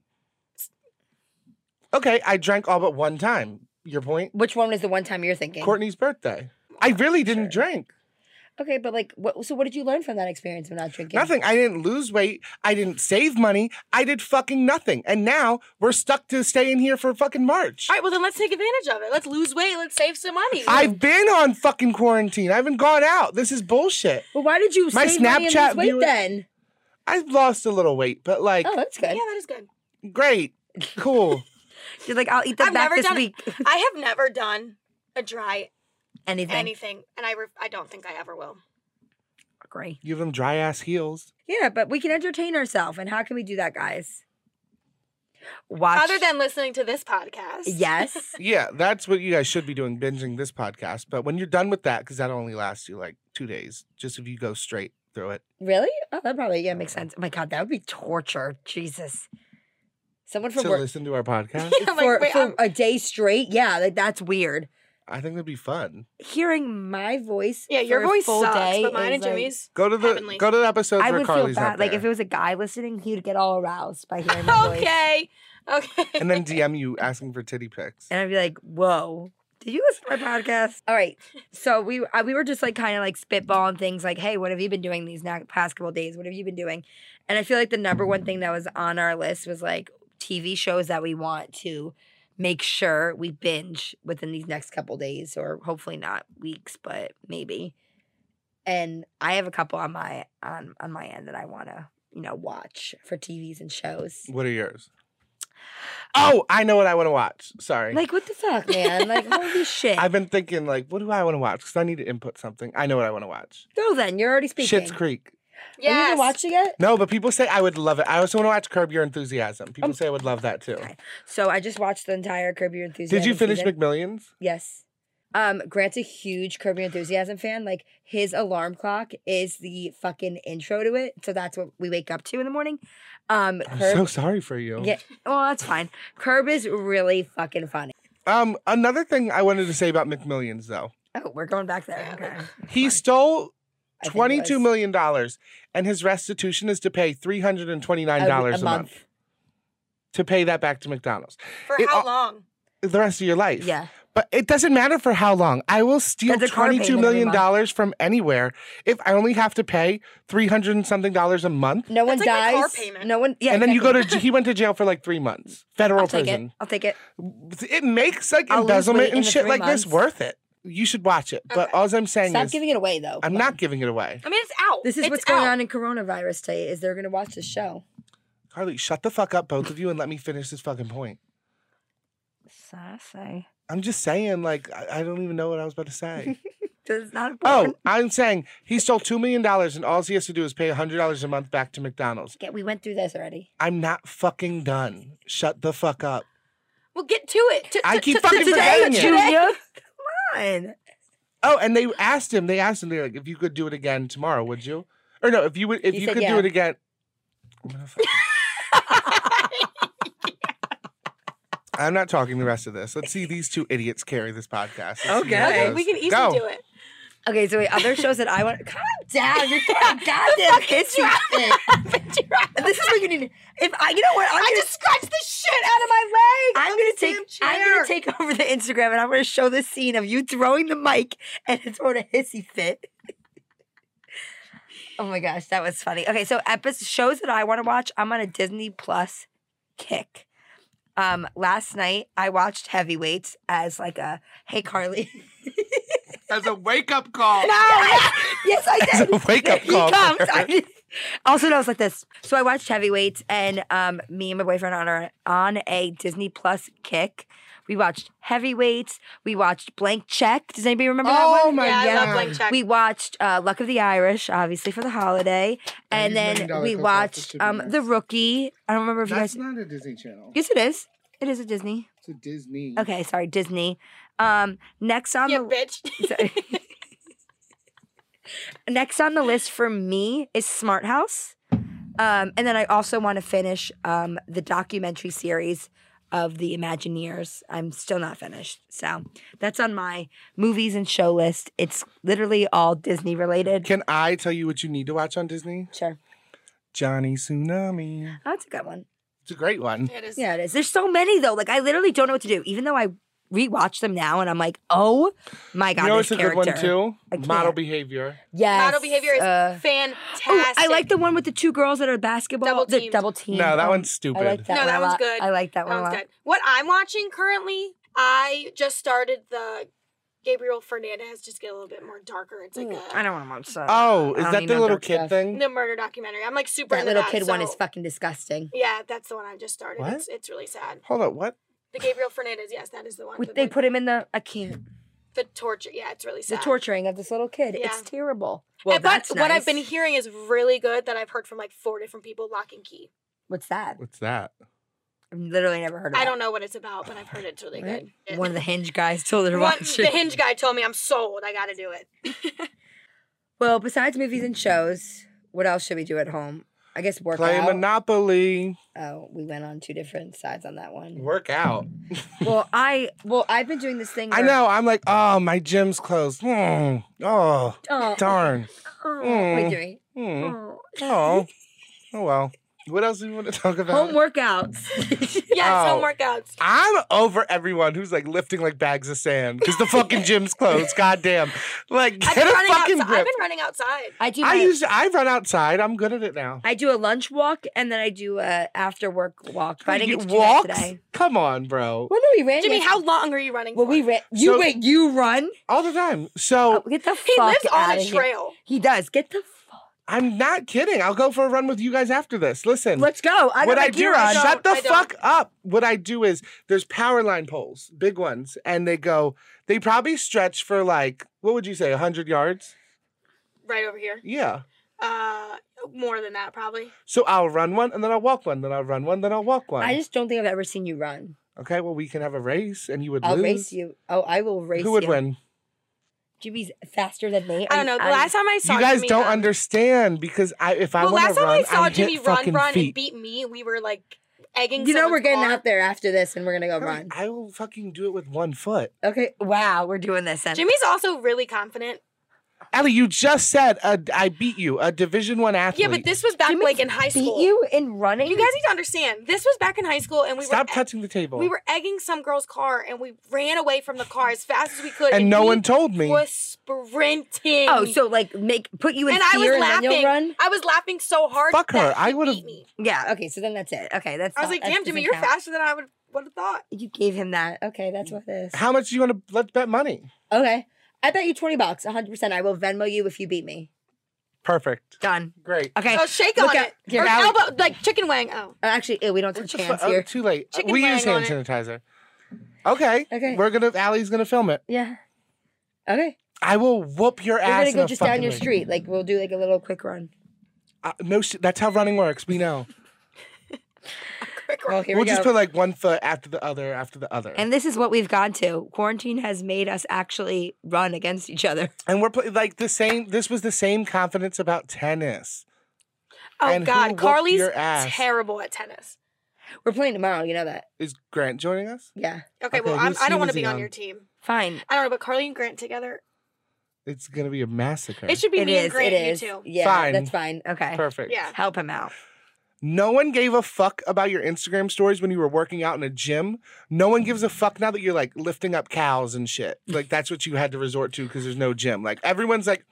S3: Okay, I drank all but one time. your point?
S1: Which one was the one time you're thinking?
S3: Courtney's birthday. I really didn't drink.
S1: Okay, but like, what, so what did you learn from that experience of not drinking?
S3: Nothing. I didn't lose weight. I didn't save money. I did fucking nothing. And now we're stuck to staying here for fucking March.
S2: All right, well then let's take advantage of it. Let's lose weight. Let's save some money.
S3: I've been on fucking quarantine. I haven't gone out. This is bullshit.
S1: Well, why did you
S3: My
S1: save money and lose
S3: Snapchat
S1: weight
S3: viewers-
S1: then?
S3: I've lost a little weight, but like,
S1: Oh, that's
S2: yeah,
S1: good.
S2: that is good.
S3: great, cool.
S5: You're like, I'll eat them
S2: I've
S5: back
S2: never
S5: this
S2: done it.
S5: week.
S2: I have never done a dry
S1: Anything.
S2: anything, and I re- I don't think I ever will.
S5: Agree.
S3: Give them dry ass heels.
S1: Yeah, but we can entertain ourselves, and how can we do that, guys?
S5: Watch.
S2: Other than listening to this podcast,
S1: Yes.
S3: Yeah, that's what you guys should be doing, binging this podcast. But when you're done with that, because that only lasts you like two days, just if you go straight through it.
S1: really? Oh, that probably yeah
S2: Mm-hmm.
S5: makes sense. Oh my god, that would be torture. Jesus.
S1: Someone from
S3: To
S1: work
S3: listen to our podcast,
S2: I'm like,
S1: for,
S2: wait,
S1: for
S2: I'm-
S1: a day straight. Yeah, like that's weird.
S3: I think that'd be fun.
S5: Hearing
S1: My voice.
S2: yeah, your
S1: for a
S2: voice
S1: full
S2: sucks,
S1: day
S2: but mine
S1: is,
S2: and
S1: like-
S2: Jimmy's.
S3: Go to the
S2: Heavenly.
S3: go to the episode
S5: I
S3: where
S5: would
S3: Carly's
S5: feel
S3: not
S5: bad. Like if it
S3: there.
S5: was a guy listening, he would get all aroused by hearing my
S2: Oh,
S5: voice.
S2: Okay, okay.
S3: and then DM you asking for titty pics.
S5: And I'd be like, whoa. Did you listen to my podcast?
S1: All right. So we uh, we were just like kind of like spitballing things like, hey, what have you been doing these na- past couple days? What have you been doing? And I feel like the number one thing that was on our list was like TV shows that we want to make sure we binge within these next couple days, or hopefully not weeks, but maybe. And I have a couple on my on on my end that I want to you know watch for TVs and shows.
S3: What are yours? Oh, I know what I want to watch. Sorry.
S1: Like what the fuck, man? Like holy shit!
S5: eh.
S3: I've been thinking, like, what do I want to watch? Because I need to input something. I know what I want to watch.
S1: Go then. You're already speaking.
S3: Shit's Creek.
S1: Have you
S2: yes.
S1: been watching it?
S3: No, but people say I would love it. I also want to watch Curb Your Enthusiasm. People say I would love that too.
S1: okay. So I just watched the entire Curb Your Enthusiasm.
S3: Did you finish
S1: season.
S3: McMillions?
S1: Yes. Um, Grant's a huge Curb Your Enthusiasm fan. Like his alarm clock is the fucking intro to it, so that's what we wake up to in the morning. Um,
S3: I'm
S1: Curb.
S3: so sorry for you.
S1: yeah. Well, that's fine. Curb is really fucking funny.
S3: Um, another thing I wanted to say about McMillions though,
S1: Oh, we're going back there. Okay.
S3: he
S1: I
S3: stole
S1: think it
S3: twenty-two
S1: was
S3: million dollars, and his restitution is to pay three hundred and
S1: a-
S3: twenty-nine
S1: a,
S3: dollars a, month.
S1: month.
S3: to pay that back to McDonald's
S2: For
S3: It-
S2: how
S3: uh,
S2: long?
S3: the rest of your life.
S1: Yeah.
S3: But it doesn't matter for how long. I will steal
S5: That's a car payment
S3: twenty-two
S5: every
S3: million dollars
S5: month.
S3: from anywhere if I only have to pay three hundred and something dollars a month.
S1: No one
S2: That's like my
S1: dies.
S2: car payment.
S1: No one. Yeah.
S3: and then
S1: exactly.
S3: you go to he went to jail for like three months, federal
S1: I'll take
S3: prison.
S1: it. I'll take it.
S3: it makes like
S1: I'll lose weight
S3: embezzlement
S1: in
S3: and
S1: the
S3: shit
S1: three
S3: like
S1: months.
S3: this worth it. You should watch it. But
S2: Okay.
S3: all I'm saying
S1: Stop
S3: is,
S1: giving it away though.
S3: I'm
S1: Come
S3: not
S1: on.
S3: giving it away.
S2: I mean, it's out.
S1: This is
S2: It's
S1: what's going
S2: out.
S1: on in coronavirus today. Is they're gonna watch the show.
S3: Carly, shut the fuck up, both of you, and let me finish this fucking point.
S5: Sassy.
S3: I'm just saying, like, I, I don't even know what I was about to say.
S5: It's not important.
S3: oh, I'm saying he stole $2 million and all he has to do is pay $100 a month back to McDonald's.
S1: Okay, we went through this already.
S3: I'm not fucking done. Shut the fuck up.
S2: Well, get to it. To,
S3: I
S2: to-
S3: keep
S2: to-
S3: fucking
S2: today.
S3: forgetting it.
S2: today.
S5: Junior, come on.
S3: Oh, and they asked him, they asked him, they're like, if you could do it again tomorrow, would you? Or no, if you would, if
S1: He
S3: you
S1: said
S3: could
S1: yeah.
S3: do it again. I'm gonna fucking- I'm not talking the rest of this. Let's see these two idiots carry this podcast. Let's see how it
S1: Okay.
S2: Okay,
S3: goes.
S2: we can easily
S3: Go.
S2: do it.
S1: Okay, so wait, other shows that I want. Calm down, you're getting goddamn hissy. This is what you need. If I, you know what, I'm
S2: I
S1: gonna,
S2: just scratched the shit out of my leg.
S1: I'm gonna take, I'm
S2: chair.
S1: gonna take over the Instagram, and I'm gonna show this scene of you throwing the mic and it's throwing a hissy fit. oh my gosh, that was funny. Okay, so episodes shows that I want to watch. I'm on a Disney Plus kick. Um, last night I watched Heavyweights as like a hey Carly.
S3: As a wake up call.
S1: yes, I
S3: As
S1: did.
S3: a wake up
S1: He
S3: call.
S1: comes.
S3: for her.
S1: I, also, knows like this. So I watched Heavyweights, and um, me and my boyfriend on our on a Disney Plus kick. We watched Heavyweights. We watched Blank Check. Does anybody remember that
S3: Oh
S1: one?
S3: my
S2: yeah, I
S3: God.
S2: love blank check.
S1: We watched uh, Luck of the Irish, obviously for the holiday, and
S3: Million
S1: then
S3: Dollar
S1: we
S3: Cook-Off
S1: watched
S3: with
S1: um,
S3: Superman.
S1: The Rookie. I don't remember if
S3: That's
S1: you guys.
S3: not a Disney Channel.
S1: Yes, it is. It is a Disney.
S3: It's a Disney.
S1: Okay, sorry, Disney. Um, next on
S2: yeah,
S1: the
S2: bitch.
S1: Sorry. Next on the list for me is Smart House. Um, and then I also want to finish um, the documentary series of the Imagineers. I'm still not finished. So that's on my movies and show list. It's literally all Disney related.
S3: Can I tell you what you need to watch on Disney?
S1: Sure.
S3: Johnny Tsunami.
S1: Oh, that's a good one.
S3: It's a great one.
S2: It is.
S1: Yeah, it is. There's so many though. Like I literally don't know what to do. Even though I rewatch them now and I'm like, oh my god,
S3: you know
S1: this
S3: it's a
S1: character.
S3: good one too.
S1: I
S3: Model
S1: can't.
S3: behavior.
S1: Yes.
S2: Model behavior is
S1: uh,
S2: fantastic.
S1: oh, I like the one with the two girls that are basketball.
S2: Double
S1: the
S2: teamed.
S1: double team.
S3: No, that one's stupid.
S1: Oh, I like that
S2: No,
S1: one
S2: that
S1: a
S2: one's
S1: lot.
S2: good.
S1: I like that, one a
S2: Sounds
S1: lot.
S2: good. What I'm watching currently, I just started the Gabriel Fernandez. Just get a little bit more darker. It's like
S1: Ooh,
S2: a
S1: I don't want to watch that. Uh,
S3: Oh,
S1: I
S3: is
S1: don't
S3: that
S1: need
S3: the
S1: no
S3: little
S1: dark
S3: kid
S1: stuff.
S3: thing?
S2: the murder documentary. I'm like super
S1: that
S2: into
S1: little
S2: that,
S1: kid one is
S2: so-
S1: fucking disgusting.
S2: Yeah, that's the one I'm just started.
S3: What?
S2: It's, it's really sad.
S3: Hold up, what?
S2: The Gabriel Fernandez. Yes, that is the one.
S1: With-
S2: The-
S1: They
S2: the-
S1: put him in the I can't.
S2: the torture. Yeah, it's really
S1: The
S2: sad.
S1: torturing of this little kid.
S2: Yeah.
S1: It's terrible.
S2: Uh,
S1: Well,
S2: but
S1: that's
S2: what
S1: nice.
S2: I've been hearing is really good. That I've heard from like four different people. Lock and Key.
S1: What's that?
S3: What's that?
S1: I've literally never heard of.
S2: I
S1: that.
S2: don't know what it's about, but I've heard it's really
S1: Right.
S2: good. It-
S1: One of the hinge guys told her to
S2: One-
S1: watch
S2: the
S1: it.
S2: hinge guy told me I'm sold. I got to do it.
S1: Well, besides movies and shows, what else should we do at home? I guess work
S3: Play
S1: out.
S3: Monopoly.
S1: oh, we went on two different sides on that one.
S3: Work out.
S1: well, I well I've been doing this thing.
S3: I
S1: where-
S3: know. I'm like, oh, my gym's closed. Hmm. Oh,
S1: Oh,
S3: darn.
S1: oh,
S3: Mm.
S1: Wait, Jimmy.
S3: Hmm.
S1: Oh.
S3: Oh. Oh well. What else do you want to talk about?
S1: Oh, Home workouts.
S2: Yes,
S3: Oh.
S2: home workouts.
S3: I'm over everyone who's like lifting like bags of sand because the fucking gym's closed. Goddamn. Like,
S2: I've
S3: get
S2: been,
S3: a
S2: running
S3: fucking
S2: outside. I've
S3: grip.
S2: been running outside.
S1: I do.
S3: I
S1: my-
S3: used to, I run outside. I'm good at it now.
S1: I do a lunch walk and then I do a after work walk. But I didn't get
S3: Oh, You
S1: to do that
S3: walks?
S1: today.
S3: Come on, bro.
S1: Well, no, we ran.
S2: Jimmy,
S1: yes-
S2: how long are you running?
S1: Well,
S2: for?
S1: we ran. You
S3: So-
S1: wait. You run.
S3: All the time. So
S1: Oh, get the fuck
S2: He lives on
S1: outta
S2: a
S1: here.
S2: trail.
S1: He does. Get the fuck.
S3: I'm not kidding. I'll go for a run with you guys after this. Listen.
S1: Let's go. I got
S3: what
S1: my
S3: I do
S1: gear
S3: is
S1: on.
S2: No,
S3: shut the
S2: I don't.
S3: fuck up. What I do is there's power line poles, big ones, and they go. They probably stretch for like what would you say, hundred yards?
S2: Right over here.
S3: Yeah.
S2: Uh, more than that probably.
S3: So I'll run one, and then I'll walk one, then I'll run one, then I'll walk one.
S1: I just don't think I've ever seen you run.
S3: okay. Well, we can have a race, and you would
S1: I'll
S3: lose.
S1: race you. Oh, I will race
S3: Who would
S1: you.
S3: win?
S1: Jimmy's faster than me.
S2: I don't know. The last time I saw
S3: you guys
S2: Jimmy um,
S3: don't
S2: run-
S3: understand because I if I
S2: Well,
S3: want
S2: last
S3: to
S2: time
S3: run,
S2: I saw
S3: I'm
S2: Jimmy
S3: hit
S2: run,
S3: fucking
S2: run, and
S3: feet.
S2: beat me, we were like egging.
S1: You know we're
S2: someone's
S1: getting
S2: car.
S1: out there after this, and we're gonna go run.
S3: I will fucking do it with one foot.
S1: Okay. Wow, we're doing this. Then.
S2: Jimmy's also really confident.
S3: Ellie, you just said uh, I beat you, a Division One athlete.
S2: Yeah, but this was back
S1: Jimmy
S2: like in high
S1: beat
S2: school.
S1: you in running.
S2: You guys need to understand. This was back in high school, and we
S3: Stop
S2: were e
S3: touching the table.
S2: we were egging some girl's car, and we ran away from the car as fast as we could,
S3: and no
S2: he
S3: one told me.
S2: was sprinting.
S1: Oh, so like make put you in
S2: and I was
S1: fear and then
S2: laughing.
S1: you'll run.
S2: I was laughing so hard.
S3: Fuck her.
S2: that
S3: I
S2: he
S3: would've-
S2: beat me.
S1: Yeah. Okay. So then that's it. Okay. That's.
S2: I was
S1: not-
S2: like,
S1: that
S2: damn, Jimmy,
S1: doesn't
S2: you're
S1: count.
S2: faster than I would would have thought.
S1: You gave him that. Okay. That's what it is.
S3: How much do you want to let's bet money?
S1: Okay. I bet you twenty bucks. One hundred percent. I will Venmo you if you beat me.
S3: Perfect.
S1: Done.
S3: Great.
S1: Okay.
S2: Oh, shake
S1: Eh, Look
S2: on
S1: at-
S2: it.
S1: here,
S2: or
S3: now-
S2: elbow, like chicken wing. Oh.
S1: Uh, Actually, ew, we don't
S3: What
S1: touch
S3: the fu-
S1: hands
S3: oh,
S1: here.
S3: too late.
S2: Chicken
S3: we use
S2: wing on
S3: hand sanitizer. Okay.
S1: Okay.
S3: We're gonna Allie's gonna film it.
S1: Yeah. Okay.
S3: I will whoop your
S1: We're
S3: ass.
S1: gonna
S3: in
S1: go
S3: a
S1: just down
S3: fucking
S1: your
S3: ring.
S1: street. Like we'll do like a little quick run.
S3: Uh, no shit. That's how running works. We know.
S2: Quick
S1: Oh, here
S3: we'll
S1: we
S3: just
S1: go.
S3: put like one foot after the other after the other. And,
S1: and this is what we've gone to. Quarantine has made us actually run against each other.
S3: we're pl- like the same. This was the same confidence about tennis.
S2: Oh
S3: And who
S2: God,
S3: whooped
S2: Carly's
S3: your ass?
S2: terrible at tennis.
S1: We're playing tomorrow. You know that.
S3: Is Grant joining us?
S1: Yeah.
S2: Okay,
S3: Okay,
S2: well, I'm,
S3: whose
S2: I
S3: team
S2: don't want
S3: is
S2: to be
S3: he
S2: on
S3: on?
S2: your team.
S1: Fine.
S2: I don't know, but Carly and Grant together,
S3: It's gonna be a massacre.
S2: it should be
S1: It
S2: me
S1: is.
S2: and Grant,
S1: It is.
S2: you two.
S1: Yeah.
S3: Fine.
S1: That's fine. Okay.
S3: perfect.
S2: Yeah.
S1: Help him out.
S3: No one gave a fuck about your Instagram stories when you were working out in a gym. No one gives a fuck now that you're like lifting up cows and shit. Like that's what you had to resort to because there's no gym. Like everyone's like,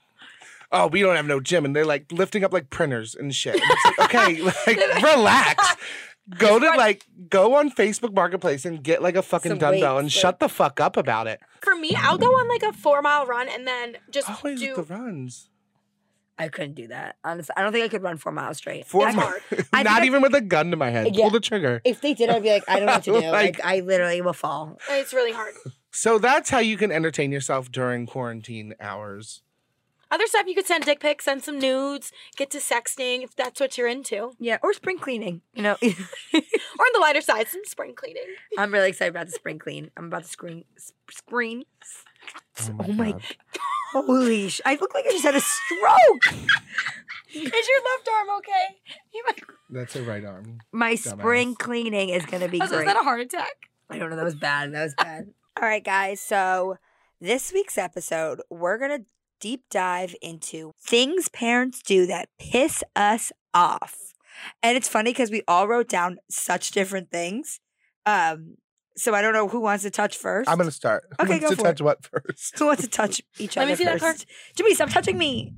S3: oh, we don't have no gym, and they're like lifting up like printers and shit. And it's like, okay, like relax. Go to like go on Facebook Marketplace and get like a fucking
S1: Some
S3: dumbbell
S1: weights,
S3: and
S1: like-
S3: shut the fuck up about it.
S2: For me, I'll go on like a four mile run and then just
S3: Always
S2: do.
S3: the runs.
S1: I couldn't do that. Honestly, I don't think I could run four miles straight.
S3: Four
S2: That's
S3: mi-
S2: hard.
S1: I think
S3: Not
S1: I-
S3: even with a gun to my head.
S1: Yeah.
S3: Pull the trigger.
S1: If they did, I'd be like, I don't know what to do.
S3: Like-
S1: like, I literally will fall.
S2: It's really hard.
S3: So that's how you can entertain yourself during quarantine hours.
S2: Other stuff you could send dick pics, send some nudes, get to sexting if that's what you're into,
S1: Yeah, or spring cleaning. You know,
S2: or on the lighter side, some spring cleaning.
S1: I'm really excited about the spring clean. I'm about to screen s- screen.
S3: Oh
S1: Oh my!
S3: God.
S1: Holy! Sh- I look like I just had a stroke.
S2: Is your left arm okay? You might-
S3: That's a right arm.
S1: My
S3: Dumbass.
S1: spring cleaning is gonna be
S2: I was like,
S1: great.
S2: Is that a heart attack?
S1: I don't know. That was bad. That was bad. All right, guys. So this week's episode, we're gonna deep dive into things parents do that piss us off, and it's funny because we all wrote down such different things. Um, So I don't know who wants to touch first.
S3: I'm gonna start. Who
S1: Okay,
S3: wants
S1: go
S3: to
S1: for
S3: touch what first?
S1: who wants to touch each
S2: Let
S1: other
S2: me see that
S1: first?
S2: card.
S1: Jimmy, stop touching me.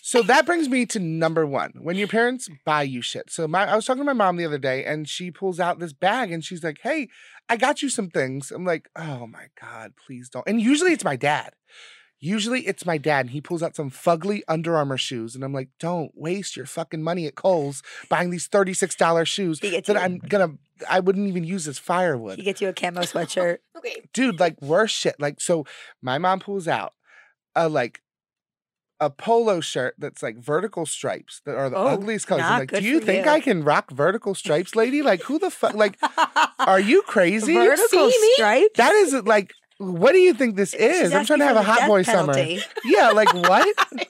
S3: So that brings me to number one. When your parents buy you shit. So my I was talking to my mom the other day and she pulls out this bag and she's like, Hey, I got you some things. I'm like, Oh my God, please don't. And usually it's my dad. Usually it's my dad and he pulls out some fugly Under Armour shoes. And I'm like, don't waste your fucking money at Kohl's buying these $36 shoes
S1: He gets
S3: that
S1: you.
S3: I'm gonna I wouldn't even use as firewood
S1: He gets you a camo sweatshirt.
S2: Okay.
S3: dude, like worse shit. Like, so my mom pulls out a like a polo shirt that's like vertical stripes that are the
S1: Oh,
S3: ugliest colors. I'm
S1: not
S3: like,
S1: good
S3: do you
S1: for
S3: think
S1: you."
S3: I can rock vertical stripes, lady? Like, who the fuck? Like, are you crazy?
S1: Vertical
S2: see me?
S1: stripes.
S3: That is like, what do you think this
S1: She's
S3: is? I'm trying to
S1: asking
S3: have
S1: for
S3: a
S1: the
S3: hot
S1: death
S3: boy summer.
S1: penalty.
S3: Yeah, like what?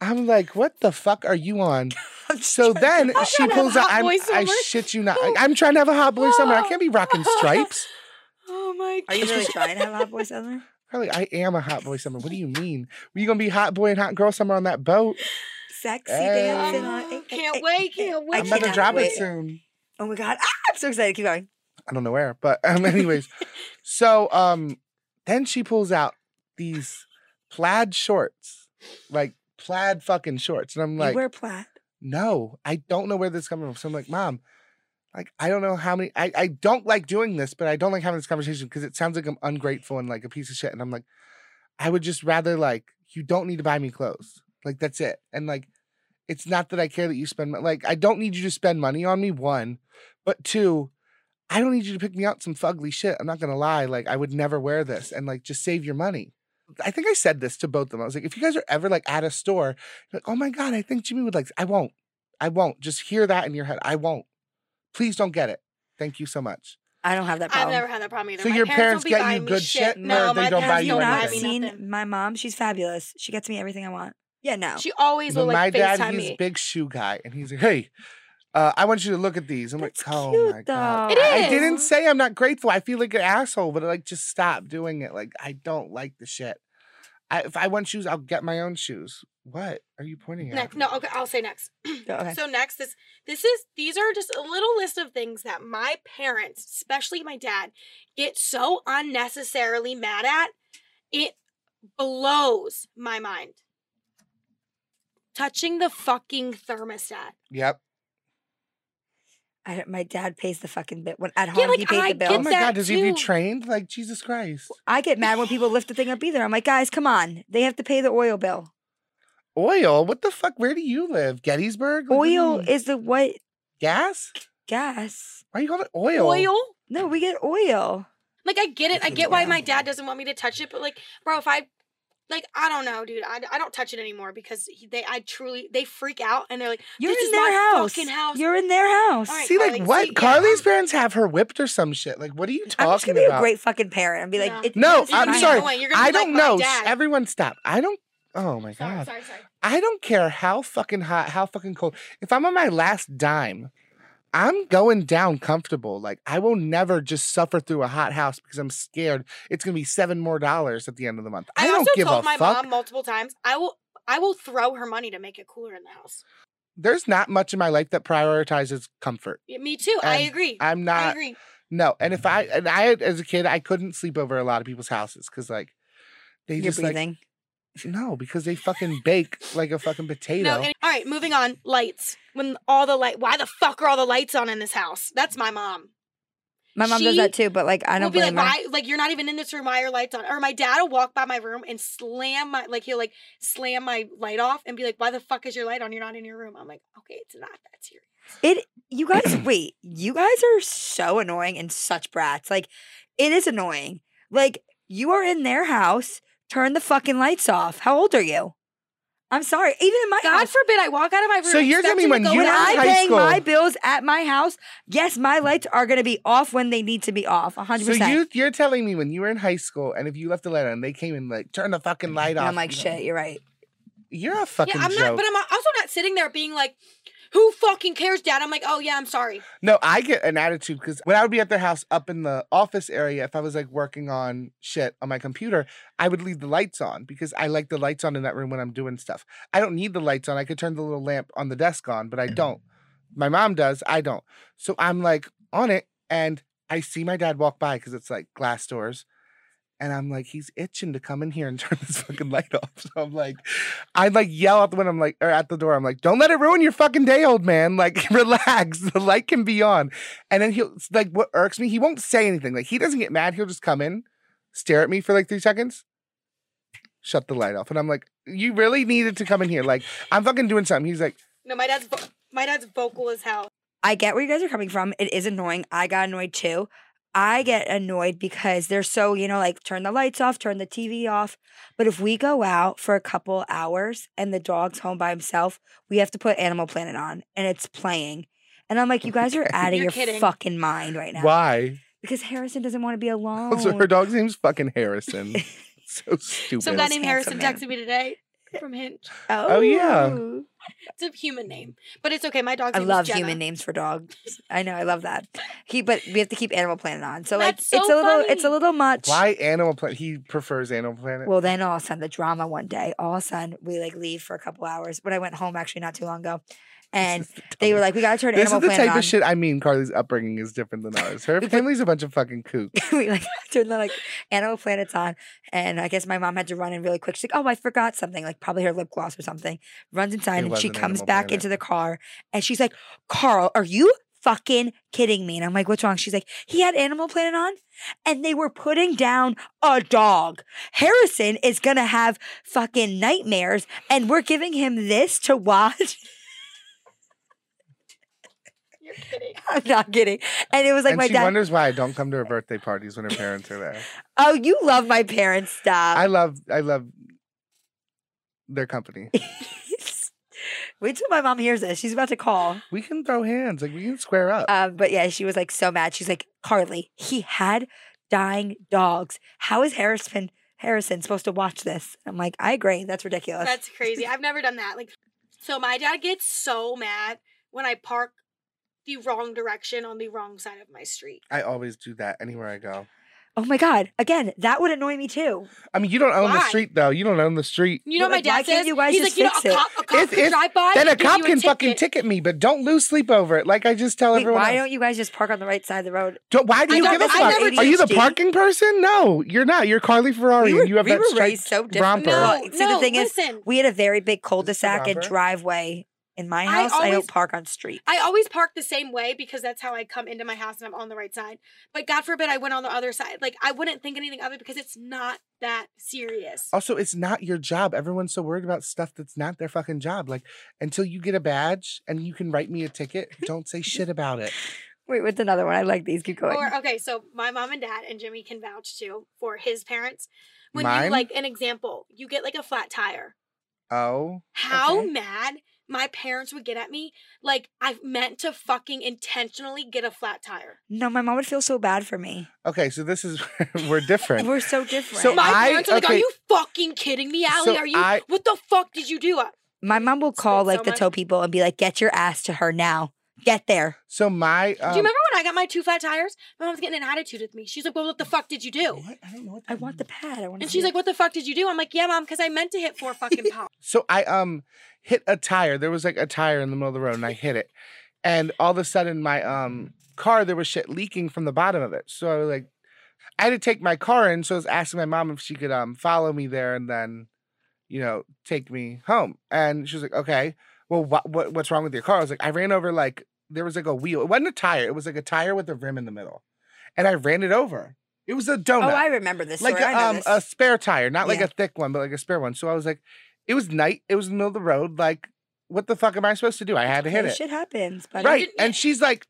S3: I'm like, what the fuck are you on?
S1: I'm just
S3: So
S1: trying to-
S3: then
S2: I'm
S3: she
S2: trying to have
S3: pulls
S2: a
S3: out.
S2: hot
S3: I'm,
S2: boy
S3: I
S2: summer.
S3: shit you not. I, I'm trying to have a hot boy summer. I can't be rocking stripes.
S2: Oh my
S1: Are you really trying to have a hot boy summer?
S3: Carly, I am a hot boy summer. What do you mean? Were you gonna be hot boy and hot girl summer on that boat?
S1: Sexy
S3: Hey.
S1: dancing on.
S2: Oh, can't wait, can't wait.
S1: I
S3: I'm about to
S1: cannot
S3: drop
S1: wait.
S3: it soon.
S1: Oh my god! Ah, I'm so excited. Keep going.
S3: I don't know where, but um, anyways. so um, then she pulls out these plaid shorts, like plaid fucking shorts, and I'm like,
S1: you wear plaid.
S3: no, I don't know where this is coming from. So I'm like, mom, like I don't know how many. I I don't like doing this, but I don't like having this conversation because it sounds like I'm ungrateful and like a piece of shit. And I'm like, I would just rather like you don't need to buy me clothes. Like that's it. And like, it's not that I care that you spend mon- like I don't need you to spend money on me. One, but two. I don't need you to pick me out some fugly shit. I'm not gonna lie. Like, I would never wear this and like just save your money. I think I said this to both of them. I was like, if you guys are ever like at a store, like, oh my God, I think Jimmy would like, I won't. I won't. Just hear that in your head. I won't. Please don't get it. Thank you so much.
S1: I don't have that problem.
S2: I've never had that problem either.
S3: So
S2: my
S3: your
S2: parents,
S3: parents
S2: don't be
S3: get you
S2: buying me
S3: good shit,
S2: No,
S3: or they
S2: my parents
S3: don't buy
S1: Have
S3: you
S1: you
S2: don't
S1: not
S2: buy
S3: anything?
S2: me
S1: seen
S2: nothing.
S1: my mom? She's fabulous. She gets me everything I want. Yeah, no.
S2: She always will
S3: But my
S2: like
S3: dad,
S2: FaceTime
S3: he's
S2: me.
S3: a big shoe guy, and he's like, hey, uh, I want you to look at these. I'm
S1: That's
S3: like, oh
S1: cute,
S3: my God.
S1: though. It
S3: I- I didn't
S1: is.
S3: say I'm not grateful. I feel like an asshole, but like, just stop doing it. Like, I don't like the shit. I, if I want shoes, I'll get my own shoes. What are you pointing at?
S2: Next, no, okay, I'll say next.
S1: Oh, okay.
S2: So next, this this is these are just a little list of things that my parents, especially my dad, get so unnecessarily mad at. It blows my mind. Touching the fucking thermostat.
S3: Yep.
S1: I don't- my dad pays the fucking bit when at home
S2: Yeah, like,
S1: he paid
S2: I
S1: the
S2: get
S1: bill.
S3: oh my
S2: that
S3: God, does he have you
S2: too.
S3: trained? Like, Jesus Christ.
S1: I get mad when people lift the thing up either. I'm like, guys, come on. They have to pay the oil bill.
S3: Oil? What the fuck? Where do you live? Gettysburg? Like, what do you
S1: Oil
S3: mean?
S1: is the what
S3: gas?
S1: gas.
S3: Why you call it oil?
S2: Oil.
S1: No, we get oil.
S2: Like I get it. I get why my dad doesn't want me to touch it, but like, bro, if I like I don't know, dude. I, I don't touch it anymore because he, they I truly they freak out and they're like,
S1: You're
S2: This
S1: in
S2: is
S1: their
S2: my
S1: house.
S2: fucking house.
S1: You're in their house.
S2: All right,
S3: See, like
S2: Carly,
S3: what?
S2: see, yeah,
S3: Carly's
S2: um,
S3: parents have her whipped or some shit. Like, what are you talking
S1: I'm just gonna be
S3: about?
S1: a great fucking parent and be like,
S2: No.
S1: it-
S3: No,
S1: this is
S2: you're gonna
S3: I'm
S1: my
S2: be
S3: sorry.
S1: house.
S2: annoying. You're gonna be
S3: I
S2: like
S3: don't
S2: my
S3: know.
S2: dad.
S3: Everyone, stop. I don't. Oh my
S2: sorry,
S3: god.
S2: sorry, sorry.
S3: I don't care how fucking hot, how fucking cold. If I'm on my last dime, I'm going down comfortable. Like I will never just suffer through a hot house because I'm scared it's gonna be seven more dollars at the end of the month. I,
S2: I,
S3: don't
S2: also
S3: give
S2: told
S3: a
S2: my
S3: fuck.
S2: mom multiple times, I will I will throw her money to make it cooler in the house.
S3: There's not much in my life that prioritizes comfort.
S2: Yeah, Me too. I
S3: And
S2: agree. I,
S3: I'm not.
S2: agree.
S3: No, and if I and I as a kid, I couldn't sleep over a lot of people's houses because like they
S1: You're
S3: just like
S1: breathing.
S3: No, because they fucking bake like a fucking potato.
S2: No, and, all right, moving on. Lights. When all the light why the fuck are all the lights on in this house? That's my mom.
S1: my mom does
S2: she
S1: that too, but like I don't
S2: we'll be
S1: blame
S2: like,
S1: her.
S2: why like you're not even in this room, why are lights on? Or my dad'll walk by my room and slam my like he'll like slam my light off and be like, Why the fuck is your light on? You're not in your room. I'm like, okay, it's not that serious.
S1: It you guys wait, you guys are so annoying and such brats. Like it is annoying. Like you are in their house, turn the fucking lights off. How old are you? I'm sorry. Even in my
S2: God
S1: house,
S2: forbid I walk out of my room.
S3: So you're telling me
S2: expecting to go
S3: when
S1: when
S3: you were in
S2: out-
S1: I'm
S3: high
S1: paying
S3: school-
S1: my bills at my house, yes, my lights are going to be off when they need to be off. 100%.
S3: so you you're telling me when you were in high school and if you left the light on, they came and like turn the fucking light
S1: and
S3: off.
S1: I'm like,
S3: you know?
S1: shit, you're right.
S3: You're a fucking
S2: yeah, I'm
S3: joke.
S2: not, but I'm also not sitting there being like, who fucking cares, dad? I'm like, oh yeah, I'm sorry.
S3: No, I get an attitude because when I would be at their house up in the office area, if I was like working on shit on my computer, I would leave the lights on because I like the lights on in that room when I'm doing stuff. I don't need the lights on. I could turn the little lamp on the desk on, but I don't. My mom does. I don't. So I'm like on it And I see my dad walk by because it's like glass doors. And I'm like, he's itching to come in here and turn this fucking light off. So I'm like, I like yell out the window. I'm like, or at the door. I'm like, don't let it ruin your fucking day, old man. Like, relax. The light can be on. And then he'll it's like, what irks me? He won't say anything. Like, he doesn't get mad. He'll just come in, stare at me for like three seconds, shut the light off. And I'm like, you really needed to come in here. Like, I'm fucking doing something. He's like,
S2: No, my dad's vo- my dad's vocal as hell.
S1: I get where you guys are coming from. It is annoying. I got annoyed too. I get annoyed because they're so, you know, like turn the lights off, turn the TV off. But if we go out for a couple hours and the dog's home by himself, we have to put Animal Planet on and it's playing. And I'm like, you guys are out of
S2: You're
S1: your
S2: kidding.
S1: fucking mind right now.
S3: why?
S1: Because Harrison doesn't want to be alone.
S3: Also, her dog's name's fucking Harrison. so stupid.
S2: Some guy named
S1: handsome
S2: Harrison
S1: man.
S2: texted me today from Hinge.
S3: Oh, yeah.
S2: It's a human name, but it's okay. My dog's
S1: I
S2: name
S1: love
S2: is Jenna.
S1: human names for dogs. I know, I love that. He, but we have to keep Animal Planet on. So like,
S2: That's
S1: it's a
S2: so
S1: little, it's a
S2: funny.
S1: little much.
S3: Why Animal Planet? He prefers Animal Planet.
S1: Well, then all of a sudden the drama one day, all of a sudden we like leave for a couple hours. But I went home actually not too long ago, and
S3: This is the
S1: they were
S3: dumbest-
S1: like, "We gotta turn
S3: This
S1: Animal
S3: is the
S1: Planet
S3: type
S1: on."
S3: of shit I mean. Carly's upbringing is different than ours. Her family's a bunch of fucking kooks.
S1: we like turned the like Animal Planet's on, and I guess my mom had to run in really quick. She's like, "Oh, I forgot something, like probably her lip gloss or something." Runs inside
S3: It
S1: and she
S3: wasn't
S1: comes
S3: Animal
S1: back
S3: Planet.
S1: into the car, and she's like, "Carl, are you?" Fucking kidding me. And I'm like, what's wrong? She's like, he had Animal Planet on and they were putting down a dog. Harrison is gonna have fucking nightmares and we're giving him this to watch.
S2: You're kidding.
S1: I'm not kidding. And it was like
S3: and
S1: my
S3: she
S1: dad.
S3: wonders why I don't come to her birthday parties when her parents are there.
S1: oh, you love my parents. Stop.
S3: I love, I love their company.
S1: Wait till my mom hears this. She's about to call.
S3: We can throw hands, like we can square up.
S1: Um, but yeah, she was like so mad. She's like, Carly, he had dying dogs. How is Harrison Harrison supposed to watch this? I'm like, I agree. That's ridiculous.
S2: That's crazy. I've never done that. Like, so my dad gets so mad when I park the wrong direction on the wrong side of my street.
S3: I always do that anywhere I go.
S1: oh my god. Again, that would annoy me too.
S3: I mean, you don't own the
S2: Why?
S3: street though. You don't own the street.
S2: You know
S1: But,
S2: what my
S1: like, why
S2: dad
S1: can't
S2: says?
S1: you guys
S2: He's
S1: just
S2: like, you know,
S1: fix
S2: a
S1: it?
S2: cop, a cop
S3: If-
S2: can
S3: if-
S2: drive by.
S3: Then a
S2: and give
S3: cop
S2: you
S3: can fucking
S2: ticket.
S3: ticket me, but don't lose sleep over it. Like I just tell
S1: Wait,
S3: everyone.
S1: why
S3: else.
S1: don't you guys just park on the right side of the road?
S3: Don't- why do
S2: I
S3: you
S2: thought
S3: give a
S2: that- I
S3: fuck?
S2: never
S3: Are you the
S1: ADHD.
S3: parking person? No, you're not. You're Carly Ferrari,
S1: We were-
S3: and you have
S1: we
S3: that
S1: were
S3: striped
S1: raised so different.
S3: romper.
S2: No,
S1: See, the
S2: no,
S1: thing is,
S2: listen.
S1: We had a very big
S3: Just a
S1: cul-de-sac and
S3: driver.
S1: driveway in my
S2: I
S1: house. I,
S2: always-
S1: don't park on street.
S2: I always park the same way because that's how I come into my house and I'm on the right side. But God forbid I went on the other side. Like I wouldn't think anything of it because it's not that serious.
S3: Also, it's not your job. Everyone's so worried about stuff that's not their fucking job. Like, until you get a badge and you can write me a ticket, don't say shit about it.
S1: Wait, what's another one? I like these. Keep going.
S2: Or okay, so my mom and dad and Jimmy can vouch too for his parents. When
S3: Mine?
S2: you like an example, you get like a flat tire.
S3: Oh,
S2: How
S1: Okay.
S2: mad my parents would get at me. Like I meant to fucking intentionally get a flat tire.
S1: no, my mom would feel so bad for me.
S3: okay. So this is we're different.
S1: We're so different.
S3: So
S2: my
S3: I-
S2: parents are like, "Are
S3: okay.
S2: you fucking kidding me, Allie?
S3: So
S2: are you?
S3: I-
S2: what the fuck did you do?" Uh, I-
S1: my mom will
S2: Spit
S1: call
S2: so
S1: like the
S2: much.
S1: tow people and be like, "Get your ass to her now. Get there."
S3: So my. Um,
S2: do you remember when I got my two flat tires? My mom's getting an attitude with me. She's like, "Well, what the fuck did you do?"
S3: What? I don't know what
S1: I
S3: that
S1: want the pad. I want.
S2: And she's like, "What the fuck did you do?" I'm like, "Yeah, mom, because I meant to hit four fucking pounds."
S3: So I um hit a tire. There was like a tire in the middle of the road and I hit it. And all of a sudden my um car there was shit leaking from the bottom of it. So I was like I had to take my car in, so I was asking my mom if she could um follow me there and then, you know, take me home. And she was like, Okay, well what what what's wrong with your car? I was like, I ran over like there was like a wheel. It wasn't a tire, it was like a tire with a rim in the middle. And I ran it over. It was a
S1: "Oh,
S3: donut
S1: I remember this
S3: like
S1: story. I
S3: a,
S1: know
S3: um,
S1: this."
S3: a spare tire, not like
S1: Yeah.
S3: a thick one, but like a spare one. So I was like, it was night. It was in the middle of the road. Like, what the fuck am I supposed to do? I had to hit
S1: Yeah,
S3: it.
S1: Shit happens, but um,
S3: Right.
S2: didn't-
S3: And she's like,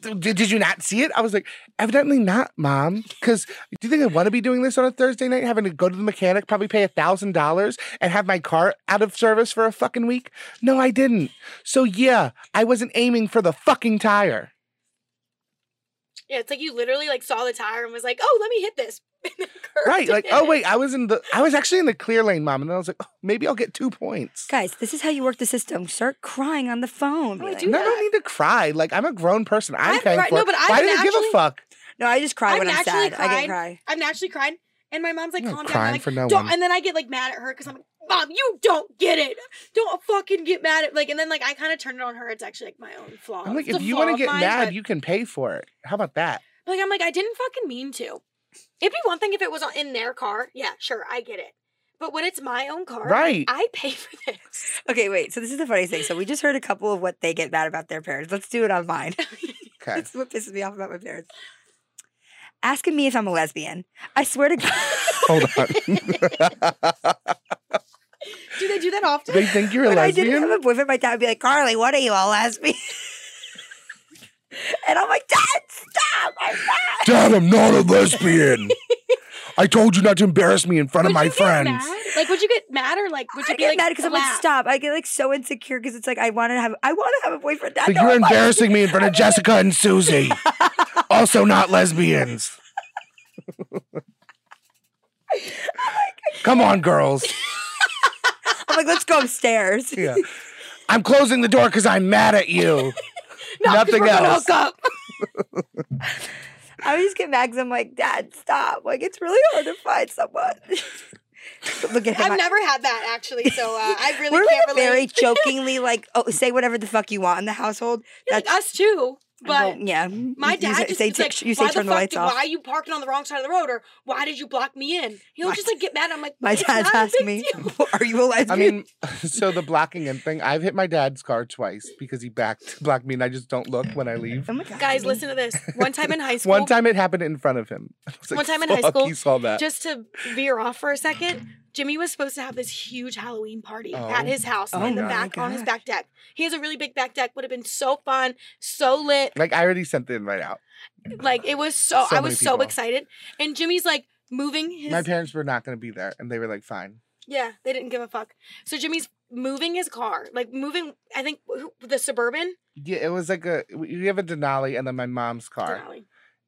S3: did did you not see it? I was like, evidently not, mom. Because do you think I want to be doing this on a Thursday night, having to go to the mechanic, probably pay a thousand dollars, and have my car out of service for a fucking week? No, I didn't. So yeah, I wasn't aiming for the fucking tire.
S2: Yeah, it's like you literally like saw the tire and was like, "Oh, let me hit this." And then curved
S3: Right.
S2: and
S3: Like,
S2: hit
S3: oh
S2: it.
S3: wait, I was in the I was actually in the clear lane, mom. And then I was like, oh, maybe I'll get two points.
S1: guys, this is how you work the system. Start crying on the phone. Be
S2: Oh, I
S1: like,
S2: do
S3: No, I
S2: that.
S3: don't need to cry. Like I'm a grown person. I'm
S2: I've
S3: paying
S2: cried-
S3: for
S2: no,
S3: it.
S2: but
S3: Why
S2: I've
S3: do you give a
S2: actually-
S3: fuck?
S1: no, I just cry
S2: I've
S1: when I'm
S2: actually
S1: sad. I can
S2: cried.
S1: cry.
S2: I've naturally cried. And my mom's like,
S3: I'm
S2: calm down. I'm
S3: crying
S2: like,
S3: for no
S2: don't.
S3: one.
S2: And then I get like mad at her because I'm like, Mom, you don't get it. Don't fucking get mad at like. And then like I kind of turned it on her. It's actually like my own flaw.
S3: I'm like,
S2: It's
S3: if
S2: a
S3: you
S2: flaw
S3: want to
S2: of
S3: get
S2: mine,
S3: mad,
S2: but-
S3: you can pay for it. How about that?
S2: like I'm like I didn't fucking mean to. It'd be one thing if it was on- in their car. Yeah, sure, I get it. But when it's my own car,
S3: Right.
S2: I pay for this.
S1: Okay, wait. So this is the funniest thing. So we just heard a couple of what they get mad about their parents. Let's do it on mine.
S3: Okay.
S1: That's what pisses me off about my parents. Asking me if I'm a lesbian. I swear to God.
S3: Hold on.
S2: Do they do that often?
S3: they think you're a
S1: when I didn't
S3: lesbian?
S1: have a boyfriend, my dad would be like, Carly, what are you, a lesbian? and I'm like, Dad, stop! I'm not.
S3: Dad, I'm not a lesbian. I told you not to embarrass me in front
S2: would
S3: of my
S2: you get
S3: friends.
S2: mad? Like, would you get mad or like would you
S1: I
S2: be
S1: get
S2: like
S1: mad because I'm like,
S2: laugh?
S1: stop. I get like so insecure because it's like I want to have, I want to have a boyfriend. Dad,
S3: Like,
S1: no,
S3: you're
S1: I'm not."
S3: embarrassing me in front of Jessica and Susie, also not lesbians.
S2: Oh
S3: Come on, girls.
S1: I'm like, let's go upstairs.
S3: Yeah. I'm closing the door because I'm mad at you.
S2: No, 'cause
S3: Nothing
S2: we're gonna
S3: else.
S2: hook up.
S1: I would just get mad because I'm like, Dad, stop. Like it's really hard to find someone. Look at him.
S2: I've
S1: I-
S2: never had that actually, so uh, I really
S1: We're
S2: can't
S1: like
S2: relate.
S1: very jokingly like, oh, say whatever the fuck you want in the household.
S2: Like, us too, but.
S1: Well, yeah,
S2: My
S1: You
S2: dad
S1: say-
S2: just
S1: say,
S2: is
S1: "Tick-
S2: like,
S1: you say
S2: why
S1: turn the
S2: the, fuck
S1: lights
S2: did,
S1: off.
S2: Why are you parking on the wrong side of the road, or why did you block me in? He'll
S1: My-
S2: just like get mad. I'm like,
S1: My
S2: "It's
S1: dad's
S2: not a
S1: asked
S2: big
S1: me,
S2: deal."
S1: "Are you a lesbian?"
S3: I mean, so the blocking in thing, I've hit my dad's car twice because he backed blocked me and I just don't look when I leave.
S1: oh my god,
S2: Guys, listen to this. One time in high school,
S3: One time it happened in front of him. I was like,
S2: One time in high
S3: "Fuck,
S2: school,
S3: he saw that.
S2: just to veer off for a second, Jimmy was supposed to have this huge Halloween party at
S3: Oh.
S2: his house
S1: Oh
S2: in the
S1: my
S2: back on his
S1: gosh.
S2: back deck. He has a really big back deck. Would have been so fun, so lit.
S3: like I already sent the invite out.
S2: Like it was so.
S3: So
S2: I
S3: many
S2: was so
S3: people.
S2: excited, and Jimmy's like moving his.
S3: My parents were not going to be there, and they were like, "Fine."
S2: yeah, they didn't give a fuck. So Jimmy's moving his car, like moving. I think who- the suburban.
S3: Yeah, it was like a we have a Denali, and then my mom's car,
S2: Denali.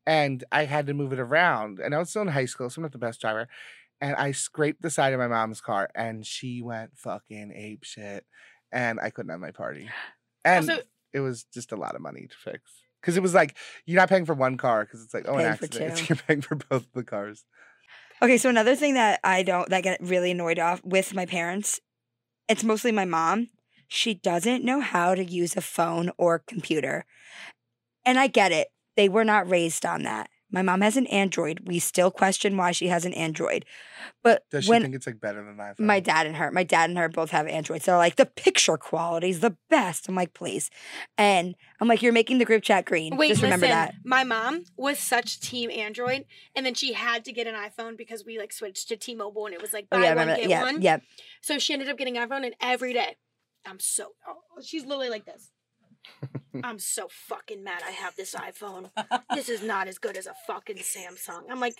S3: and I had to move it around. And I was still in high school, so I'm not the best driver. And I scraped the side of my mom's car, and she went fucking ape shit, and I couldn't have my party. And
S2: Also-
S3: it was just a lot of money to fix because it was like you're not paying for one car because it's like oh
S1: Paying
S3: an
S1: for
S3: accident,
S1: two.
S3: it's, you're paying for both the cars.
S1: Okay, so another thing that I don't that get really annoyed off with my parents, it's mostly my mom. She doesn't know how to use a phone or computer. And I get it. They were not raised on that. My mom has an Android. We still question why she has an Android. But
S3: Does she
S1: when
S3: think it's like better than iPhone?
S1: my dad and her, my dad and her both have Androids. They're like, the picture quality's the best. I'm like, please. And I'm like, you're making the group chat green.
S2: Wait,
S1: Just remember
S2: listen.
S1: that.
S2: My mom was such team Android, and then she had to get an iPhone because we like switched to T-Mobile, and it was like buy
S1: Oh, yeah,
S2: one
S1: remember
S2: get
S1: that. Yeah,
S2: one.
S1: yeah.
S2: So she ended up getting iPhone, and every day, I'm so. Oh, she's literally like this. I'm so fucking mad. I have this iPhone. This is not as good as a fucking Samsung. I'm like,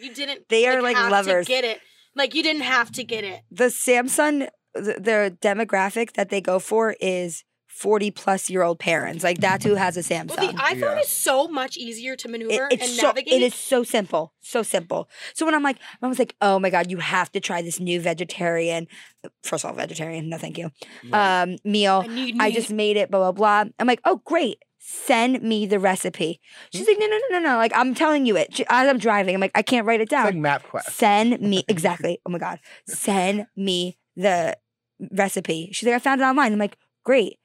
S2: you didn't.
S1: They are like
S2: have to
S1: lovers.
S2: get it. Like you didn't have to get it.
S1: the Samsung, the, the demographic that they go for is 40 plus year old parents. Like that's who has a Samsung.
S2: Well, the iPhone
S3: Yeah.
S2: is so much easier to maneuver
S1: It-
S2: and
S1: it's so, it
S2: navigate.
S1: is so simple, so simple. So when I'm like, I was like, oh my god, you have to try this new vegetarian. First of all, vegetarian, no thank you.
S3: Right.
S1: Um, meal.
S2: I need.
S1: I
S2: meat.
S1: just made it, blah, blah, blah. I'm like, oh, great. Send me the recipe. She's
S2: Hmm?
S1: like, no, no, no, no, no. Like, I'm telling you it. She- As I'm driving, I'm like, I can't write it
S3: it's
S1: down.
S3: like MapQuest.
S1: Send me exactly. Oh my god. Send me the recipe. She's like, I found it online. I'm like, great.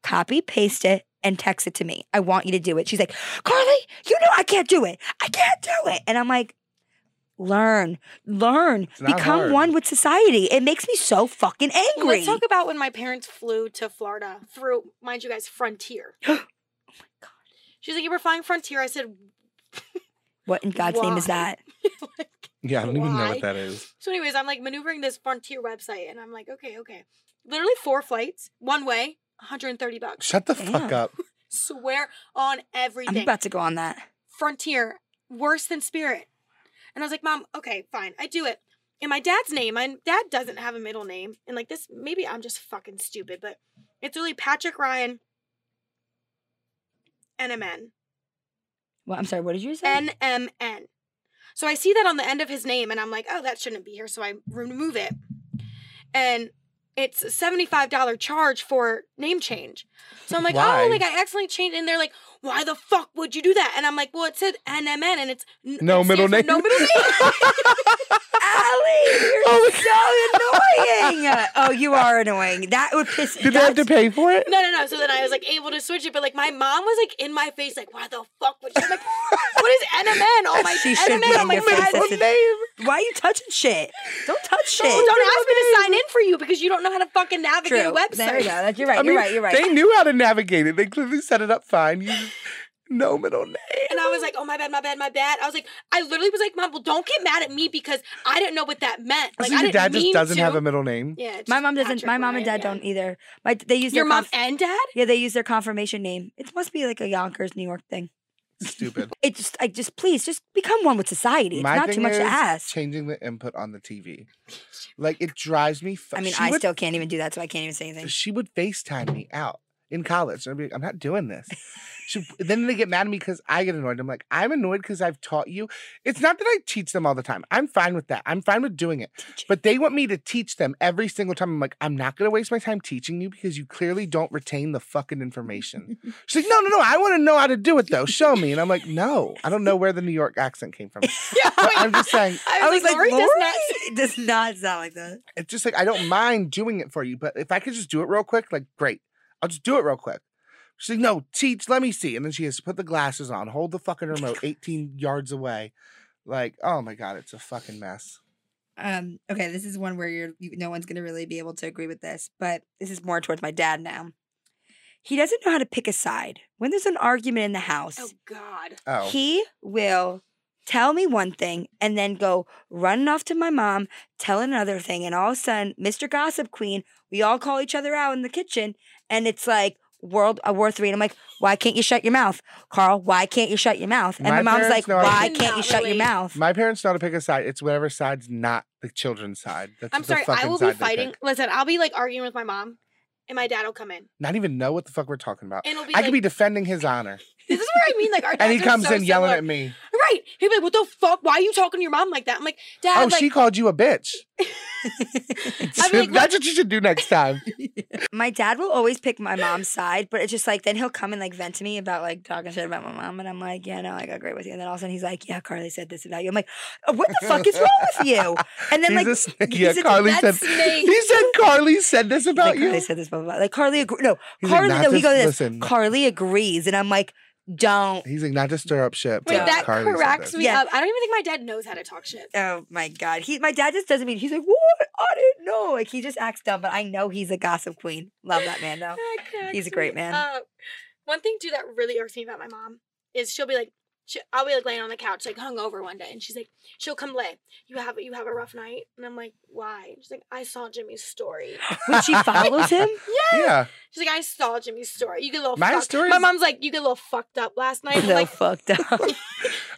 S1: Copy, paste it, and text it to me. I want you to do it. She's like, Carly, you know I can't do it. I can't do it. And I'm like, learn, learn,
S3: It's not
S1: become
S3: hard.
S1: one with society. It makes me so fucking
S2: Well,
S1: angry.
S2: let's talk about when my parents flew to Florida through, mind you guys, Frontier. oh my god. She's like, you were flying Frontier. I said,
S1: what in God's name is
S2: Why?
S1: that?
S3: Yeah, I don't even know
S2: Why?
S3: what that is.
S2: So, anyways, I'm like maneuvering this Frontier website, and I'm like, okay, okay. Literally four flights, one way, 130 bucks.
S3: Shut the fuck
S1: Damn.
S3: up.
S2: Swear on
S1: I'm
S2: everything.
S1: about to go on that.
S2: Frontier, worse than Spirit. And I was like, Mom, okay, fine, I do it. In my dad's name, my dad doesn't have a middle name, and like this, maybe I'm just fucking stupid, but it's really Patrick Ryan. NMN.
S1: Well, I'm sorry, what did you say?
S2: NMN. So I see that on the end of his name and I'm like, oh, that shouldn't be here. So I remove it. And it's a $75 charge for name change. So I'm like,
S3: Why?
S2: oh, like I accidentally changed. And they're like, why the fuck would you do that? And I'm like, well, it said NMN and it's n-
S3: No
S2: it stands
S3: middle
S2: for
S3: name.
S2: No middle name.
S1: Allie, you're
S3: Oh
S1: so annoying. Oh, you are annoying. That would piss me
S3: Did they have to pay for it?
S2: No, no, no. So then I was like able to switch it, but like my mom was like in my face, like, why the fuck would you? I'm like, what is NMN? Oh my,
S1: She should be
S2: NMN on
S1: in
S2: my
S1: your face.
S2: side.
S1: That's
S2: Don't,
S1: a-
S3: name.
S1: Why are you touching shit? Don't touch shit.
S2: don't ask me to sign in for you because you don't know how to fucking navigate a
S1: True.
S2: website.
S1: There you go. That's- You're right.
S3: I mean,
S1: you're right. You're right.
S3: They knew how to navigate it. They clearly set it up fine. You just, no middle name.
S2: And I was like, oh my bad, my bad, my bad. I was like, I literally was like, mom, well, don't get mad at me because I didn't know what that meant. Like,
S3: so
S2: I
S3: your
S2: didn't
S3: dad just
S2: mean
S3: doesn't
S2: to.
S3: have a middle name.
S2: Yeah, it's
S1: my
S2: just
S1: mom doesn't.
S2: Patrick
S1: my mom and dad
S2: Ryan, yeah.
S1: don't either. My they use
S2: Your
S1: their
S2: mom
S1: conf-
S2: and dad?
S1: yeah they use their confirmation name. It must be like a Yonkers, New York thing.
S3: Stupid.
S1: It just I just please just become one with society. It's
S3: My
S1: not
S3: thing
S1: too much
S3: is
S1: to ask.
S3: changing the input on the TV. Like it drives me. fu-
S1: I mean,
S3: she
S1: I
S3: would,
S1: still can't even do that, so I can't even say anything.
S3: She would FaceTime me out in college. and I'd be like, I'm not doing this. She, then they get mad at me because I get annoyed. I'm like, I'm annoyed because I've taught you. It's not that I teach them all the time. I'm fine with that. I'm fine with doing it. But they want me to teach them every single time. I'm like, I'm not going to waste my time teaching you because you clearly don't retain the fucking information. She's like, no, no, no. I want to know how to do it though. Show me. And I'm like, no, I don't know where the New York accent came from.
S2: Yeah,
S1: Oh
S3: But I'm just saying,
S2: I was, like, Lori does not.
S1: does not sound like that.
S3: it's just like I don't mind doing it for you, but if I could just do it real quick, like great, I'll just do it real quick. She's like, no, teach, let me see, and then she has to put the glasses on, hold the
S2: Oh
S3: fucking remote 18 yards away, like oh my god, it's a fucking mess.
S1: Um, okay, this is one where you're you, no one's gonna really be able to agree with this, but this is more towards my dad now. He doesn't know how to pick a side. When there's an argument in the house,
S2: Oh, God.
S3: Oh,
S1: he will tell me one thing and then go running off to my mom, tell another thing, and all of a sudden, Mr. Gossip Queen, we all call each other out in the kitchen, and it's like World uh, War Three, and I'm like, why can't you shut your mouth, Carl? Why can't you shut your mouth? And my,
S3: My
S1: mom's like,
S3: parents know how to
S1: why
S2: pick-
S1: can't you
S2: Cannot
S1: shut your
S2: relate.
S1: mouth?
S3: my parents know how to pick a side. It's whatever side's not the children's side. That's
S2: I'm
S3: the
S2: sorry. I
S3: fucking
S2: will be
S3: side they
S2: fighting.
S3: pick.
S2: Listen, I'll be like arguing with my mom, and my dad will come in.
S3: Not even know what the fuck we're talking about.
S2: And it'll be
S3: I
S2: like,
S3: could be defending his honor,
S2: this is where I mean, like, our
S3: and he
S2: dads are
S3: comes
S2: so
S3: in yelling
S2: similar.
S3: at me.
S2: Right. He'd be like, what the fuck? Why are you talking to your mom like that? I'm like, dad,
S3: Oh,
S2: like,
S3: she called you a bitch.
S2: I'm like,
S3: That's what you should do next time.
S1: My dad will always pick my mom's side, but it's just like then he'll come and like vent to me about like talking shit about my mom, and I'm like, yeah, no, like I agree with you. And then all of a sudden he's like, yeah, Carly said this about you. I'm like, "Uh, what the fuck is wrong with you? And then
S3: He's
S1: like,
S3: a snake.
S1: he's
S3: yeah,
S1: a-
S3: Carly
S1: that
S3: said.
S2: snake.
S3: He said Carly said this
S1: He's
S3: about
S1: like,
S3: you.
S1: Carly said this, blah, blah, blah. Like, Carly, agree. No,
S3: He's
S1: Carly,
S3: like,
S1: no,
S3: not
S1: he
S3: to,
S1: goes this.
S3: listen.
S1: Carly agrees. And I'm like, don't.
S3: He's like not to stir up shit.
S2: Wait,
S3: but
S2: that
S3: Carly said
S2: cracks
S3: this.
S2: me
S1: Yeah.
S2: up. I don't even think my dad knows how to talk shit.
S1: Oh my God. He, my dad just doesn't mean, he's like, what? I didn't know. Like, he just acts dumb, but I know he's a gossip queen. Love that man, though.
S2: That cracks
S1: He's a great
S2: me
S1: man.
S2: up. Uh, one thing too that really irks me about my mom is she'll be like, she, I'll be like laying on the couch like hungover one day, and she's like, she'll come lay. You have you have a rough night, and I'm like, why? And she's like, I saw Jimmy's story.
S1: When she follows him,
S3: Yeah,
S2: She's like, I saw Jimmy's story. You get a little
S3: My
S2: fucked.
S3: story
S2: My
S3: is-
S2: mom's like, you get a little fucked up last night. I'm
S1: no,
S2: like,
S1: fucked up.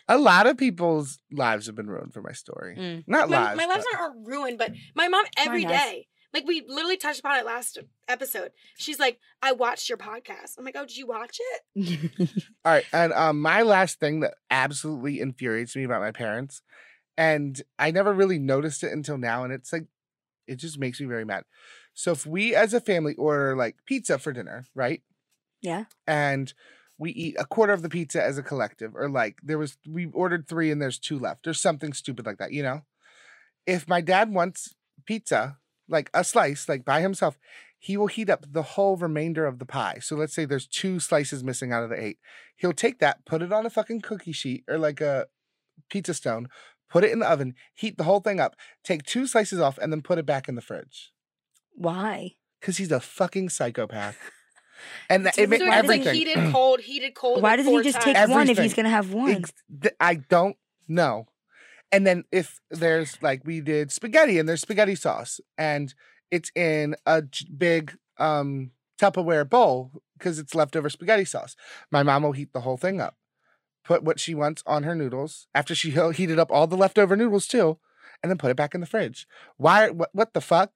S3: a lot of people's lives have been ruined for my story.
S1: Mm.
S3: Not
S2: my,
S3: lives.
S2: my lives
S3: but-
S2: aren't ruined, but my mom every
S1: Mine has.
S2: day. Like we literally touched upon it last episode. She's like, I watched your podcast. I'm like, oh, did you watch it?
S3: All right, and um, my last thing that absolutely infuriates me about my parents, and I never really noticed it until now, and it's like, it just makes me very mad. So if we as a family order like pizza for dinner, right?
S1: Yeah.
S3: And we eat a quarter of the pizza as a collective, or like there was we ordered three and there's two left, or something stupid like that, you know. If my dad wants pizza, like a slice, like by himself, he will heat up the whole remainder of the pie. So let's say there's two slices missing out of the eight. He'll take that, put it on a fucking cookie sheet or like a pizza stone, put it in the oven, heat the whole thing up, take two slices off, and then put it back in the fridge.
S1: Why?
S3: Cause he's a fucking psychopath. And that,
S1: So
S3: it
S1: ma-
S3: made
S2: so it's
S3: everything.
S2: like heated, cold, heated, cold.
S1: Why
S2: like,
S1: doesn't
S2: four
S1: he just take
S2: times.
S1: one if he's
S3: Everything.
S1: going to have one?
S3: Ex- th- I don't know. And then if there's like we did spaghetti and there's spaghetti sauce and it's in a j- big um Tupperware bowl because it's leftover spaghetti sauce. My mom will heat the whole thing up, put what she wants on her noodles after she he- heated up all the leftover noodles too, and then put it back in the fridge. Why? What, what the fuck?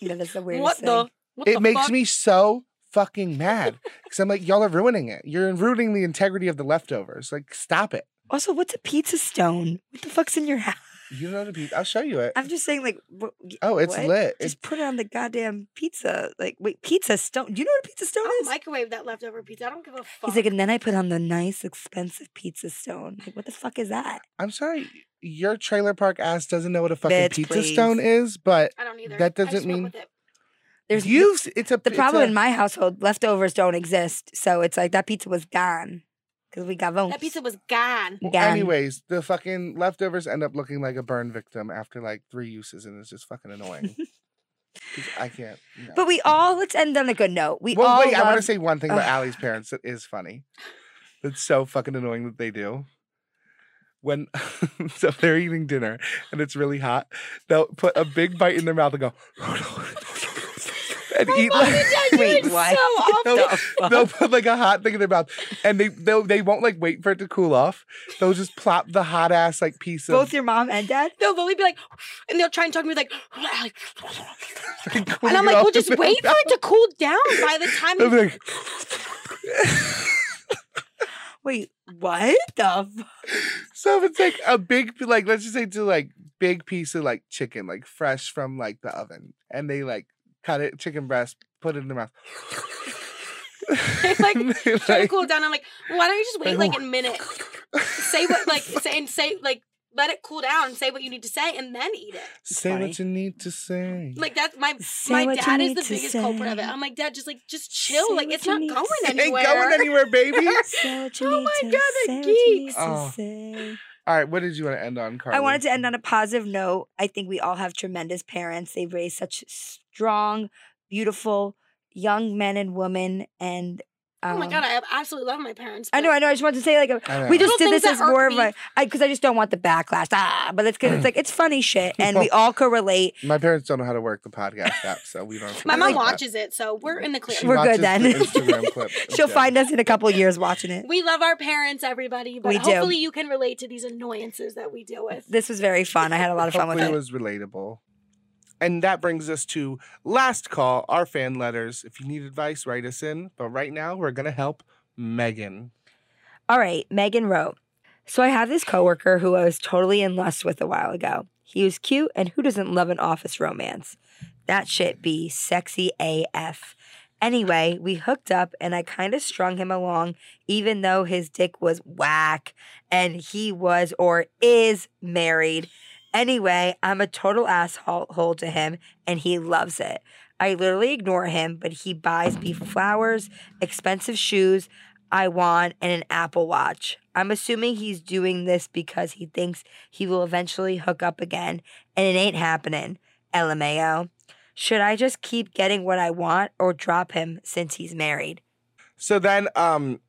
S1: That is the weirdest
S2: What
S1: thing.
S2: the? What
S3: it
S2: the
S3: makes
S2: fuck?
S3: me so fucking mad because I'm like, y'all are ruining it. You're ruining the integrity of the leftovers. Like, stop it.
S1: Also, what's a pizza stone? What the fuck's in your house?
S3: You know the pizza. I'll show you it.
S1: I'm just saying, like, wh- y-
S3: Oh, it's
S1: what?
S3: lit. It's
S1: Just put it on the goddamn pizza. Like, wait, pizza stone. Do you know what a pizza stone
S2: I'll
S1: is?
S2: microwave that leftover pizza. I don't give a Oh fuck.
S1: He's like, and then I put on the nice, expensive pizza stone. Like, what the fuck is that?
S3: I'm sorry, your trailer park ass doesn't know what a fucking
S1: Bitch,
S3: pizza
S1: please.
S3: stone is, but
S2: I don't either.
S3: that
S2: I
S3: doesn't
S2: just went
S3: mean-
S2: with it.
S1: There's the-
S3: you've. it's a
S1: the
S3: it's
S1: problem
S3: a-
S1: in my household. Leftovers don't exist, so it's like that pizza was gone because we got votes.
S2: that pizza was gone.
S3: Well,
S1: Gun.
S3: anyways, the fucking leftovers end up looking like a burn victim after like three uses, and it's just fucking annoying. 'Cause I can't. no.
S1: But we all let's end on a good note. We
S3: well,
S1: all
S3: wait, I want to
S1: love-
S3: say one thing about
S1: Ugh.
S3: Allie's parents that is funny. That's so fucking annoying that they do. When so they're eating dinner and it's really hot, they'll put a big bite in their mouth and go and
S2: Mommy,
S3: eat like.
S2: Dad, you
S1: Wait,
S2: did
S1: what?
S2: so awful.
S3: They'll,
S1: The fuck?
S3: they'll put like a hot thing in their mouth, and they they they won't like wait for it to cool off. They'll just plop the hot ass like piece of
S1: both your mom and dad.
S2: They'll literally be like, and they'll try and talk to me like,
S3: and
S2: and I'm like, well, just wait for it to cool down by the time.
S3: I'm
S2: you-"
S3: like,
S1: Wait, what the? F-
S3: so if it's like a big, like let's just say to like big piece of like chicken, like fresh from like the oven, and they like cut it, chicken breast, put it in their mouth.
S2: They, like,
S3: And they,
S2: Try to
S3: like-
S2: cool down. I'm like, why don't you just wait
S3: Like,
S2: like a minute? Say what, like, say and say like, let it cool down. Say what you need to say, and then eat it.
S3: say what you need to say.
S2: Like that's my
S1: Say
S2: my
S1: what you
S2: dad is
S1: need
S2: the
S1: to
S2: biggest culprit of it.
S1: say.
S2: I'm like, Dad, just like, just chill.
S1: Say
S2: like,
S1: what
S2: it's
S1: you
S2: not
S1: need to
S2: going
S1: say.
S3: It
S2: anywhere.
S3: ain't going anywhere, baby.
S1: Say what
S2: Oh
S1: need
S2: my
S1: to
S2: God, the
S1: say what you need
S2: geeks.
S1: to
S3: Oh.
S1: say.
S3: All right, what did you want to end on, Carly?
S1: I wanted to end on a positive note. I think we all have tremendous parents. They've raised such strong, beautiful young men and women. And
S2: oh my
S1: um,
S2: god, I absolutely love my parents.
S1: I know, I know. I just wanted to say like a,
S3: I know.
S1: we just did
S2: Little
S1: this
S2: things
S1: as
S2: that irk
S1: more of
S2: me.
S1: a because I, just don't want the backlash. Ah, but that's because it's like it's funny shit, and we all correlate.
S3: My parents don't know how to work the podcast app, so we don't. have to
S2: My
S3: worry
S2: mom
S3: about that.
S2: watches it, so we're in the clear.
S3: She
S1: We're good
S3: watches the
S1: then.
S3: Instagram clip
S1: She'll
S3: instead.
S1: find us in a couple years watching it.
S2: We love our parents, everybody, but
S1: We do.
S2: hopefully you can relate to these annoyances that we deal with.
S1: This was very fun. I had a lot of fun with
S3: Hopefully
S1: it.
S3: it was relatable. And that brings us to last call, our fan letters. If you need advice, write us in. But right now, we're going to help Megan.
S1: All right, Megan wrote. So I have this coworker who I was totally in lust with a while ago. He was cute, and who doesn't love an office romance? That shit be sexy AF. Anyway, we hooked up and I kind of strung him along, even though his dick was whack and he was or is married. Anyway, I'm a total asshole to him and he loves it. I literally ignore him, but he buys me flowers, expensive shoes, I want and an Apple Watch. I'm assuming he's doing this because he thinks he will eventually hook up again, and it ain't happening. LMAO. Should I just keep getting what I want or drop him since he's married?
S3: So then, um,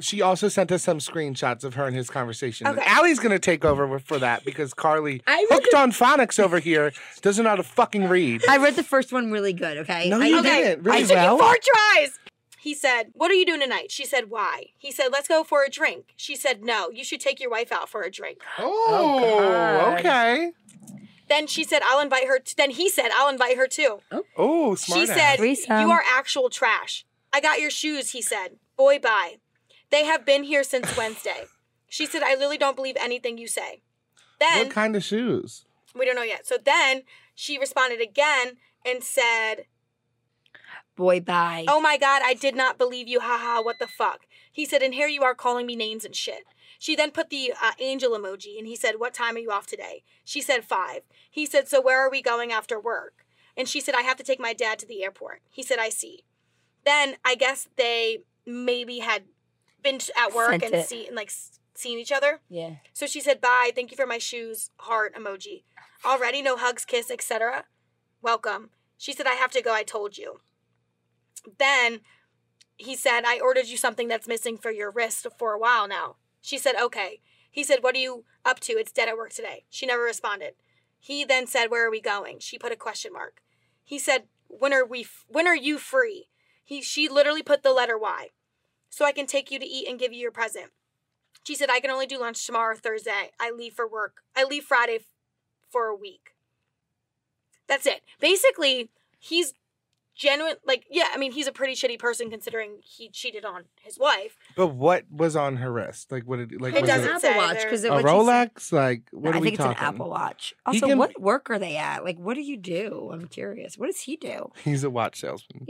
S3: she also sent us some screenshots of her and his conversation. And
S2: Okay.
S3: Allie's going to take over with- for that because Carly,
S2: I really-
S3: hooked on phonics over here, doesn't know how to fucking read.
S1: I read the first one really good, okay?
S3: No,
S1: I-
S3: you
S2: okay.
S3: didn't.
S2: I
S3: Really
S2: took you
S3: well.
S2: four tries. He said, What are you doing tonight? She said, Why? He said, Let's go for a drink. She said, No, you should take your wife out for a drink.
S3: Oh,
S1: God.
S3: okay.
S2: Then she said, I'll invite her. T-. Then he said, I'll invite her too.
S3: Oh, smart.
S2: she said,
S1: Threesome.
S2: You are actual trash. I got your shoes, he said. Boy, bye. They have been here since Wednesday. She said, I really don't believe anything you say. Then
S3: What kind of shoes?
S2: we don't know yet. So then she responded again and said,
S1: Boy, bye.
S2: Oh my god, I did not believe you. Haha, what the fuck? He said, and here you are calling me names and shit. She then put the uh, angel emoji and he said, What time are you off today? She said, Five. He said, So where are we going after work? And she said, I have to take my dad to the airport. He said, I see. Then I guess they maybe had been t- at work
S1: Sent
S2: and,
S1: it.
S2: see, and like s- seen each other.
S1: Yeah.
S2: So she said, "Bye. Thank you for my shoes." Heart emoji. Already no hugs, kiss, etc. Welcome. She said, "I have to go. I told you." Then he said, "I ordered you something that's missing for your wrist for a while now." She said, "Okay." He said, "What are you up to? It's dead at work today." She never responded. He then said, "Where are we going?" She put a question mark. He said, "When are we f- when are you free?" He she literally put the letter Y. So I can take you to eat and give you your present. She said, I can only do lunch tomorrow, or Thursday. I leave for work. I leave Friday f- for a week. That's it. Basically, he's genuine like yeah, I mean he's a pretty shitty person considering he cheated on his wife.
S3: But what was on her wrist? Like what did like
S2: It
S3: was
S2: doesn't
S3: it
S2: say
S1: Apple Watch
S2: there.
S1: because
S3: a
S1: it was
S3: Rolex? Like what
S1: I
S3: are we
S1: think it's
S3: talking?
S1: an Apple Watch.
S3: He
S1: Also,
S3: can-
S1: what work are they at? Like, what do you do? I'm curious. What does he do?
S3: He's a watch salesman.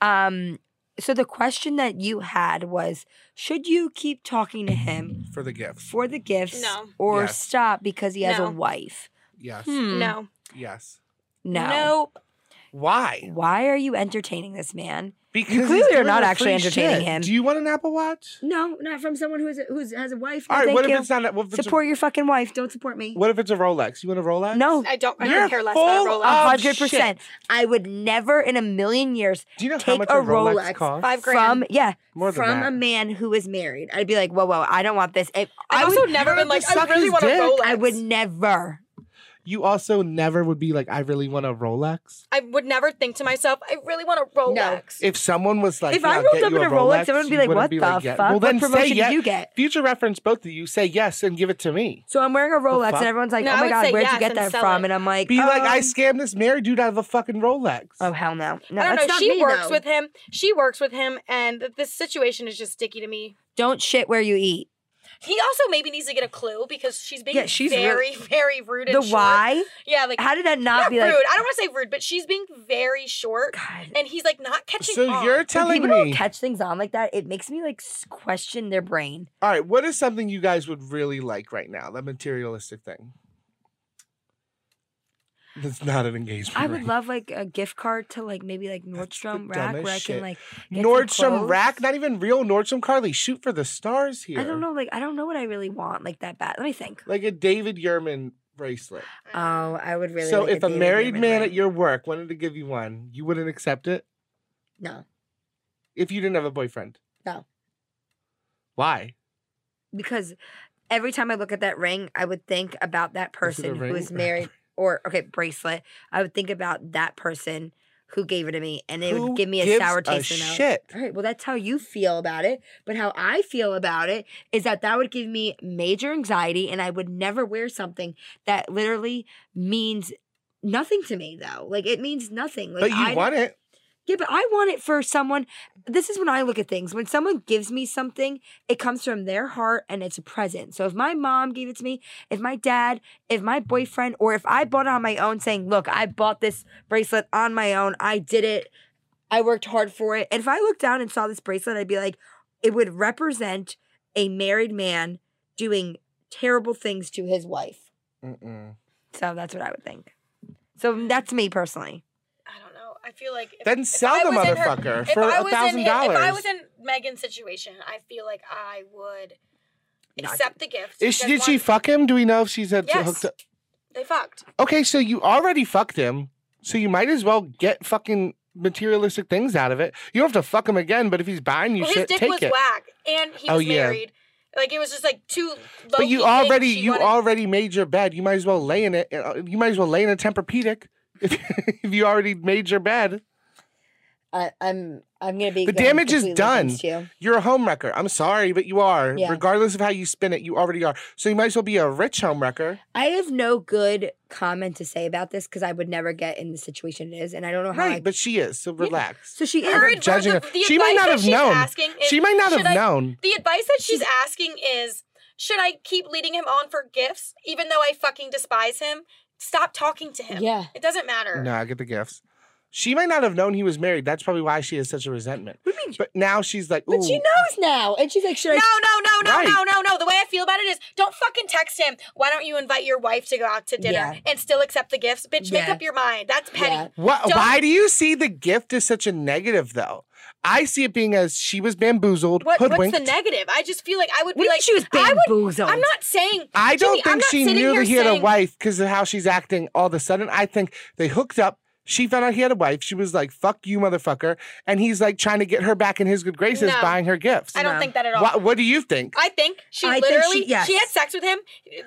S1: Um, so the question that you had was, should you keep talking to him
S3: For the gifts.
S1: for the gifts
S2: No.
S1: or
S3: Yes.
S1: stop because he has
S2: No.
S1: a wife?
S3: Yes.
S1: Hmm.
S2: No.
S3: Yes.
S1: No.
S2: Nope.
S3: Why?
S1: Why are you entertaining this man?
S3: Because he's
S1: clearly are
S3: giving
S1: not
S3: her
S1: actually
S3: free
S1: entertaining
S3: shit.
S1: him.
S3: Do you want an Apple Watch?
S1: No, not from someone who's who's has a wife.
S3: All right,
S1: thank
S3: what if
S1: you.
S3: it's not what if it's a,
S1: support your fucking wife. Don't support me.
S3: what if it's a Rolex? You want a Rolex?
S1: No,
S2: I don't I
S3: You're
S2: don't care less
S3: full
S2: about a Rolex.
S3: of- Oh,
S1: hundred percent. I would never in a million years
S3: Do you know how
S1: Take
S3: much
S1: a
S3: a Rolex,
S1: Rolex.
S3: costs?
S2: Five grand.
S1: from yeah
S3: More than
S1: from
S3: that.
S1: a man who is married. I'd be like, whoa, whoa, I don't want this. If,
S2: I've
S1: I
S2: also
S1: would,
S2: never
S3: you
S2: been
S3: don't
S2: like
S3: have to
S2: I
S3: suck
S2: really
S3: his
S2: want a
S3: dick.
S2: Rolex.
S1: I would never.
S3: you also never would be like, I really want a Rolex.
S2: I would never think to myself, I really want a Rolex.
S3: If someone was like,
S1: if
S3: "Yeah,
S1: I
S3: I'll
S1: rolled
S3: get
S1: up
S3: you
S1: in a Rolex, someone would be
S3: you
S1: like,
S3: wouldn't
S1: what
S3: be
S1: the
S3: "Yeah."
S1: fuck?
S3: Well, then
S1: what promotion
S3: say yes.
S1: did you get?
S3: Future reference, both of you say yes and give it to me.
S1: So I'm wearing a Rolex,
S3: fuck?
S1: and everyone's like,
S2: No, I
S1: oh my
S2: would
S1: god,
S2: say
S1: where'd
S2: yes
S1: you get
S2: and
S1: that
S2: sell
S1: from?
S2: it.
S1: And I'm like,
S3: Be like, I
S1: um,
S3: scammed this married dude out of a fucking Rolex.
S1: Oh hell no! No,
S2: I
S1: that's
S2: don't know.
S1: not
S2: She
S1: me,
S2: works
S1: though.
S2: with him. She works with him, and th- this situation is just sticky to me.
S1: Don't shit where you eat.
S2: He also maybe needs to get a clue because she's being
S1: Yeah, she's
S2: very,
S1: really-
S2: very rude. And
S1: The
S2: short.
S1: why?
S2: Yeah, like
S1: How did that not,
S2: not
S1: be
S2: rude.
S1: like?
S2: I don't want to say rude, but she's being very short,
S1: God,
S2: and he's like not catching.
S3: so
S2: on.
S3: you're
S1: when
S3: telling
S1: people don't
S3: me.
S1: catch things on like that, it makes me like s- question their brain.
S3: All right, what is something you guys would really like right now? That materialistic thing. That's not an engagement.
S1: I would
S3: ring.
S1: love like a gift card to like maybe like Nordstrom Rack
S3: dumbest
S1: where I
S3: shit.
S1: can like get some
S3: Nordstrom
S1: clothes.
S3: Rack, not even real Nordstrom. Carly, shoot for the stars here.
S1: I don't know like I don't know what I really want like that bad. Let me think.
S3: Like a David Yerman bracelet.
S1: Oh, I would really.
S3: so
S1: like
S3: if a
S1: David
S3: married
S1: Cameron
S3: man
S1: ring.
S3: at your work wanted to give you one, you wouldn't accept it
S1: no
S3: if you didn't have a boyfriend.
S1: No.
S3: Why?
S1: because every time I look at that ring, I would think about that person who
S3: ring?
S1: is married or okay bracelet. I would think about that person who gave it to me, and it
S3: Who
S1: would give me a
S3: gives
S1: sour taste in my mouth.
S3: shit.
S1: All right, well, that's how you feel about it. But how I feel about it is that that would give me major anxiety, and I would never wear something that literally means nothing to me, though. Like, it means nothing. Like,
S3: But you
S1: I,
S3: want it.
S1: Yeah, but I want it for someone. This is when I look at things. When someone gives me something, it comes from their heart and it's a present. So if my mom gave it to me, if my dad, if my boyfriend, or if I bought it on my own, saying, Look, I bought this bracelet on my own, I did it, I worked hard for it. And if I looked down and saw this bracelet, I'd be like, It would represent a married man doing terrible things to his wife.
S3: Mm-mm.
S1: So that's what I would think. So that's me personally.
S2: I don't know. I feel like if,
S3: Then
S2: if
S3: sell
S2: I
S3: the
S2: was in her-
S3: motherfucker
S2: if
S3: for
S2: I
S3: a
S2: was in
S3: thousand
S2: his- If I
S3: dollars.
S2: was in Megan's situation, I feel like I would
S1: Not-
S2: accept the gift.
S3: Is she, did
S2: because
S3: she
S2: one,
S3: fuck him? Do we know if she's had
S2: Yes.
S3: hooked up?
S2: They fucked.
S3: Okay, so you already fucked him, so you might as well get fucking materialistic things out of it. You don't have to fuck him again, but if he's buying you
S2: well, his
S3: shit,
S2: dick
S3: take
S2: was
S3: it.
S2: whack, and he
S3: Oh,
S2: was
S3: yeah.
S2: married. Like it was just like two.
S3: But you already you already made your bed. You might as well lay in it. uh, You might as well lay in a Tempur-Pedic if, if you already made your bed.
S1: I, I'm I'm gonna be
S3: The
S1: going
S3: damage is
S1: completely
S3: done.
S1: against you.
S3: You're a homewrecker. I'm sorry, but you are.
S1: Yeah.
S3: Regardless of how you spin it, you already are. So you might as well be a rich homewrecker.
S1: I have no good comment to say about this because I would never get in the situation it is, and I don't know
S2: Uh-huh.
S1: how.
S3: Right,
S1: I,
S3: but she is. So relax.
S1: so she
S3: I'm
S1: is.
S3: not judging her. She might not have known. She might not have known.
S2: The advice that she's asking is, should I keep leading him on for gifts, even though I fucking despise him? Stop talking to him.
S1: Yeah.
S2: It doesn't matter.
S3: No, I get the gifts. She might not have known he was married. That's probably why she has such a resentment.
S1: What do you mean?
S3: But now she's like, ooh.
S1: But she knows now, and she's like, "Should
S2: No,
S1: I?"
S2: no, no, no,
S3: Right.
S2: no, no, no. The way I feel about it is don't fucking text him. Why don't you invite your wife to go out to dinner
S1: Yeah.
S2: and still accept the gifts? Bitch, make
S1: Yeah.
S2: up your mind. That's petty.
S1: Yeah.
S3: Wha-
S2: Don't-
S3: why do you see the gift as such a negative, though? I see it being as she was bamboozled,
S2: What, what's
S3: hoodwinked.
S2: the negative? I just feel like I would
S1: What
S2: be
S1: if
S2: like,
S1: she was
S2: I would,
S1: bamboozled?
S2: I'm not saying.
S3: I don't
S2: Jimmy, I'm
S3: think
S2: not
S3: she
S2: sitting
S3: knew
S2: here
S3: that he had a
S2: saying-
S3: wife because of how she's acting all of a sudden. I think they hooked up. She found out he had a wife. She was like, fuck you, motherfucker. And he's like trying to get her back in his good graces,
S2: No.
S3: buying her gifts.
S2: I don't
S1: No.
S2: think that at all.
S3: Wha- what do you think?
S2: I think she
S1: I think she-
S2: literally
S1: yes.
S2: she had sex with him.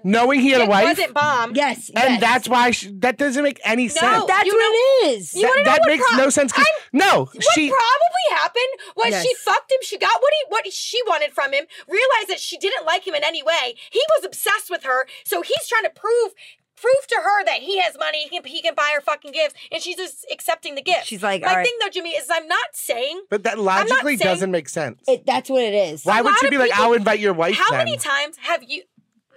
S3: Knowing he had
S2: It
S3: a wife?
S2: wasn't bomb.
S1: Yes,
S3: and
S1: yes.
S3: that's why she, that doesn't make any sense.
S2: No,
S1: that's
S2: you
S1: what it is.
S2: You wanna
S3: that
S2: know what
S3: makes
S2: pro-
S3: no sense. 'cause- no,
S2: What
S3: she.
S2: probably happened was she
S1: Yes.
S2: fucked him. She got what he what she wanted from him. Realized that she didn't like him in any way. He was obsessed with her, so he's trying to prove prove to her that he has money. He can, he can buy her fucking gifts, and she's just accepting the gift.
S4: She's like,
S2: My
S4: all right.
S2: thing though, Jimmy, is I'm not saying
S3: But that
S2: not
S3: logically
S2: saying-
S3: doesn't make sense.
S4: It, that's what it is.
S3: Why
S2: a
S3: would
S2: lot
S3: you
S2: of
S3: be like,
S2: people-
S3: I'll invite your wife
S2: how
S3: then?
S2: many times have you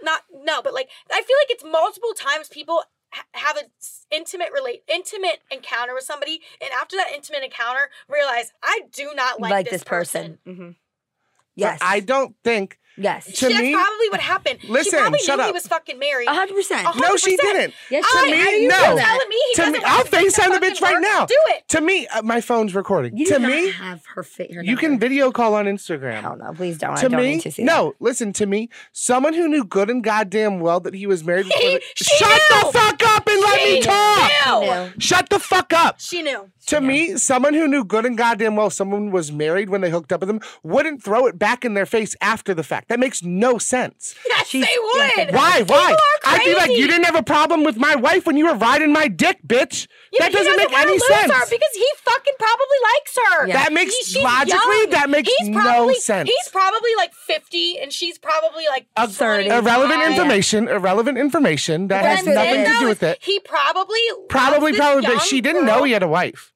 S2: not no, but like I feel like it's multiple times people ha- have an intimate relate intimate encounter with somebody, and after that intimate encounter, realize I do not like, this, person.
S1: Mm-hmm.
S4: Mhm.
S3: But
S4: Yes.
S3: I don't think.
S4: yes.
S3: To
S2: That's
S3: me-
S2: probably what happened. she
S3: Listen,
S2: probably
S3: shut
S2: knew he
S3: up.
S2: was fucking married.
S4: A hundred percent.
S2: Uh-huh.
S3: No, she
S2: 100%.
S3: didn't.
S4: Yes,
S2: I-
S4: to me,
S3: I-
S4: you
S3: no.
S4: feel
S2: You're
S4: that.
S2: telling me he
S3: To me-
S2: doesn't
S3: I'll
S2: want to make
S3: FaceTime
S2: that
S3: the bitch
S2: fucking
S3: right
S2: work?
S3: now.
S2: Do it.
S3: To me, uh, my phone's recording.
S4: You
S3: to
S4: do not
S3: me,
S4: have her fit. Her
S3: you can
S4: number.
S3: video call on Instagram.
S4: Hell no, please don't.
S3: to
S4: I don't
S3: me,
S4: need to see
S3: no. Listen to me. Someone who knew good and goddamn well that he was married. before
S2: She-
S3: the-
S2: she
S3: Shut
S2: knew.
S3: the fuck up and let me
S2: She
S3: talk.
S2: knew.
S4: No.
S3: Shut the fuck up.
S2: She knew.
S3: To me, someone who knew good and goddamn well someone was married when they hooked up with them wouldn't throw it back in their face after the fact. That makes no sense.
S2: Yes,
S4: She's-
S2: they would.
S3: Why? Why?
S2: are
S3: I'd be like,
S2: crazy.
S3: you didn't have a problem with my wife when you were riding my dick, bitch.
S2: Yeah,
S3: that
S2: he
S3: doesn't make
S2: wanna
S3: any
S2: lose
S3: sense.
S2: Her because he fucking probably likes her.
S4: Yeah.
S3: That makes
S2: He- she's
S3: logically
S2: young.
S3: that makes
S2: he's
S3: no
S2: probably,
S3: sense.
S2: He's probably like fifty, and she's probably like
S3: Uh,
S2: 30.
S3: Irrelevant
S2: Yeah.
S3: information. Irrelevant information that has
S2: And then,
S3: nothing to
S2: though,
S3: do with it.
S2: He probably loves
S3: Probably,
S2: this
S3: probably, but
S2: young
S3: she didn't
S2: girl.
S3: know he had a wife.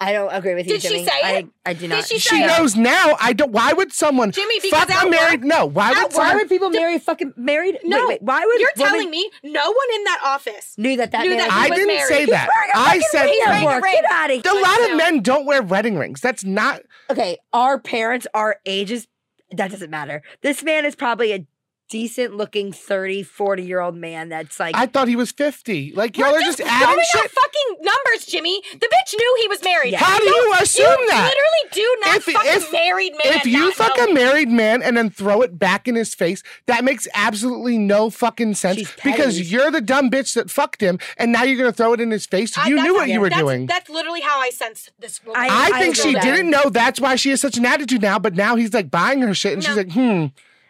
S4: I don't agree with you,
S2: Did she
S4: Jimmy.
S2: say
S4: I,
S2: it?
S4: I do
S2: Did
S4: not.
S2: she
S3: She
S2: say it?
S3: knows now. I don't. Why would someone
S2: Jimmy, because
S3: fuck
S2: at
S3: a
S2: work-
S3: married? No. Why
S2: at
S3: would
S2: work-
S4: Why
S3: someone?
S4: would people marry fucking married?
S2: No,
S4: wait, wait, why would
S2: You're
S4: women
S2: telling me no one in that office
S4: knew that that
S2: knew
S4: man
S2: that
S4: was
S2: he
S3: I
S2: was
S3: didn't
S2: married.
S3: say that. I said
S2: ring,
S4: at
S2: ring,
S4: work.
S2: ring.
S4: Get out of
S3: a
S4: here.
S3: lot
S2: No.
S3: of men don't wear wedding rings. That's not.
S4: Okay, our parents, our ages, that doesn't matter. This man is probably a decent looking 30, 40 year old man that's like
S3: I thought he was fifty. Like y'all
S2: We're
S3: are just
S2: throwing
S3: adding
S2: out
S3: shit.
S2: fucking numbers, Jimmy. The bitch knew he was married.
S4: Yeah.
S3: How do you assume
S2: You
S3: that?
S2: literally do not
S3: If-
S2: fucking
S3: if-
S2: married man.
S3: If you
S2: not
S3: fuck
S2: know.
S3: a married man and then throw it back in his face, that makes absolutely no fucking sense
S4: She's petty.
S3: because you're the dumb bitch that fucked him and now you're going to throw it in his face.
S2: I-
S3: you
S2: that's-
S3: knew what you were
S2: that's-
S3: doing.
S2: That's literally how I sensed this woman.
S4: I-
S3: I
S4: agree
S3: think she
S4: with that.
S3: didn't know. That's why she has such an attitude now, but now he's like buying her shit and she's
S2: No.
S3: like, hmm,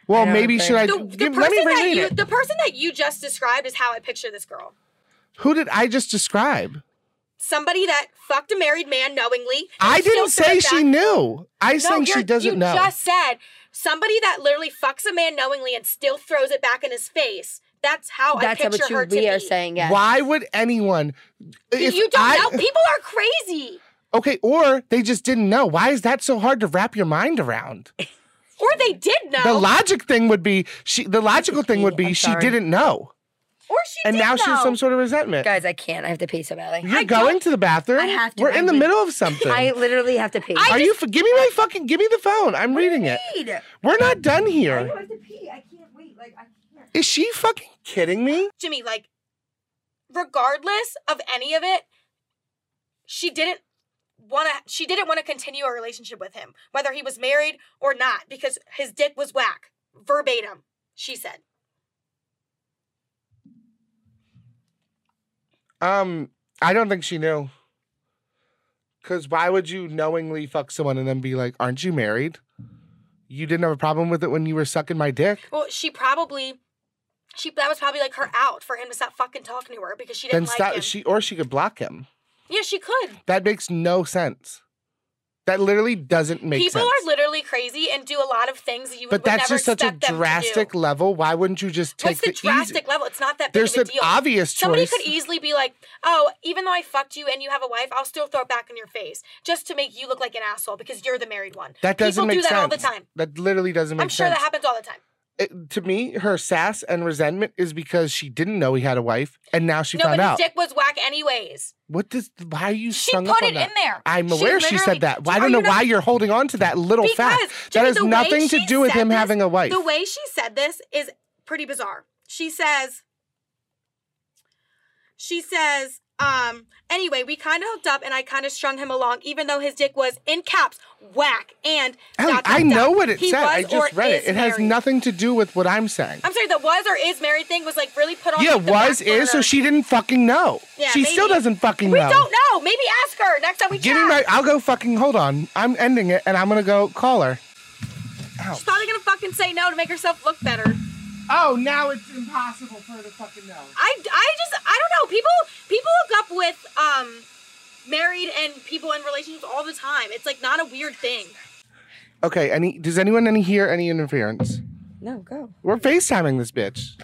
S3: well,
S4: don't
S3: maybe
S4: agree.
S3: should I?
S2: the, the
S3: give- let me
S2: person that
S3: reread
S2: you
S3: it.
S2: the person that you just described is how I picture this girl.
S3: Who did I just describe?
S2: Somebody that fucked a married man knowingly.
S3: I
S2: and still
S3: didn't say
S2: took
S3: she
S2: back-
S3: knew. I
S2: No,
S3: saying she
S2: you're-
S3: doesn't
S2: you
S3: know.
S2: just said somebody that literally fucks a man knowingly and still throws it back in his face. That's how
S4: that's
S2: I
S4: what
S2: picture
S4: you,
S2: her to
S4: we
S2: be.
S4: are saying. Yes.
S3: Why would anyone? If
S2: you don't
S3: I,
S2: know. People are crazy,
S3: Okay, or they just didn't know. Why is that so hard to wrap your mind around?
S2: or they did know,
S3: The logic thing would be she. The logical thing would
S4: I'm
S3: be she
S4: sorry.
S3: didn't know,
S2: or she
S3: and
S2: did
S3: now
S2: know.
S3: she has some sort of resentment.
S4: Guys, I can't. I have to pee so badly.
S3: You're
S2: I don't-
S3: going to the bathroom.
S4: I have to.
S3: We're
S4: I
S3: in the
S4: would-
S3: middle of something.
S4: I literally have to pee.
S2: I
S3: Are you? f- Give me my fucking. Give me the phone. I'm reading it.
S4: need.
S3: We're not done
S4: I
S3: here.
S4: have to pee. I can't wait. Like I can't.
S3: Is she fucking kidding me?
S2: Jimmy, like, regardless of any of it, she didn't want to. She didn't want to continue a relationship with him, whether he was married or not, because his dick was whack, verbatim. She said,
S3: Um, I don't think she knew. Cause why would you knowingly fuck someone and then be like, "Aren't you married? You didn't have a problem with it when you were sucking my dick."
S2: "Well, she probably." She that was probably like her out for him to stop fucking talking to her because she
S3: Then
S2: didn't like
S3: stop.
S2: him.
S3: She or she could block him.
S2: yeah, she could.
S3: That makes no sense. That literally doesn't make
S2: People
S3: sense.
S2: are literally crazy and do a lot of things that you
S3: but
S2: would
S3: that's
S2: never
S3: just such a
S2: expect them to
S3: drastic
S2: do.
S3: level. Why wouldn't you just take
S2: What's the, drastic
S3: easy?
S2: level? It's not that big
S3: There's
S2: of a
S3: an
S2: deal.
S3: obvious
S2: Somebody
S3: choice.
S2: could easily be like, "Oh, even though I fucked you and you have a wife, I'll still throw it back in your face just to make you look like an asshole because you're the married one."
S3: that doesn't
S2: People
S3: make
S2: do that
S3: sense.
S2: all the time.
S3: That literally doesn't make
S2: I'm sure
S3: sense.
S2: that happens all the time.
S3: It- to me, her sass and resentment is because she didn't know he had a wife, and now she
S2: no,
S3: found
S2: but
S3: out.
S2: his dick was whack anyways.
S3: What does? Why are you
S2: She
S3: strung
S2: put
S3: up on
S2: it
S3: that?
S2: in there.
S3: I'm
S2: She
S3: aware she,
S2: literally-
S3: said that. Well, I
S2: Are
S3: don't
S2: you
S3: know
S2: not-
S3: why you're holding on to that little fact. That
S2: Jimmy,
S3: has
S2: the way
S3: nothing to
S2: she
S3: do with
S2: said
S3: him
S2: this-
S3: having a wife.
S2: The way she said this is pretty bizarre. She says, she says, um, anyway, we kind of hooked up and I kind of strung him along, even though his dick was in caps, whack, and.
S3: Ellie,
S2: dot, dot,
S3: I
S2: dot.
S3: know what it
S2: He
S3: said. I
S2: was or
S3: just read it.
S2: is
S3: It has
S2: married.
S3: nothing to do with what I'm saying.
S2: I'm sorry, the was or is married thing was like really put on.
S3: yeah,
S2: like, the
S3: was
S2: back
S3: is so
S2: burner.
S3: she didn't fucking know.
S2: Yeah,
S3: she still
S2: maybe.
S3: doesn't fucking
S2: We
S3: know.
S2: don't know. Maybe ask her next time we
S3: Give
S2: chat.
S3: me my. I'll go fucking. Hold on. I'm ending it, and I'm gonna go call her.
S2: She's probably gonna fucking say no to make herself look better.
S3: Oh, now it's impossible for her to fucking know.
S2: I, I just I don't know. People people hook up with um married and people in relationships all the time. It's like not a weird thing.
S3: Okay. Any? Does anyone any hear any interference?
S4: No, go.
S3: We're FaceTiming this bitch.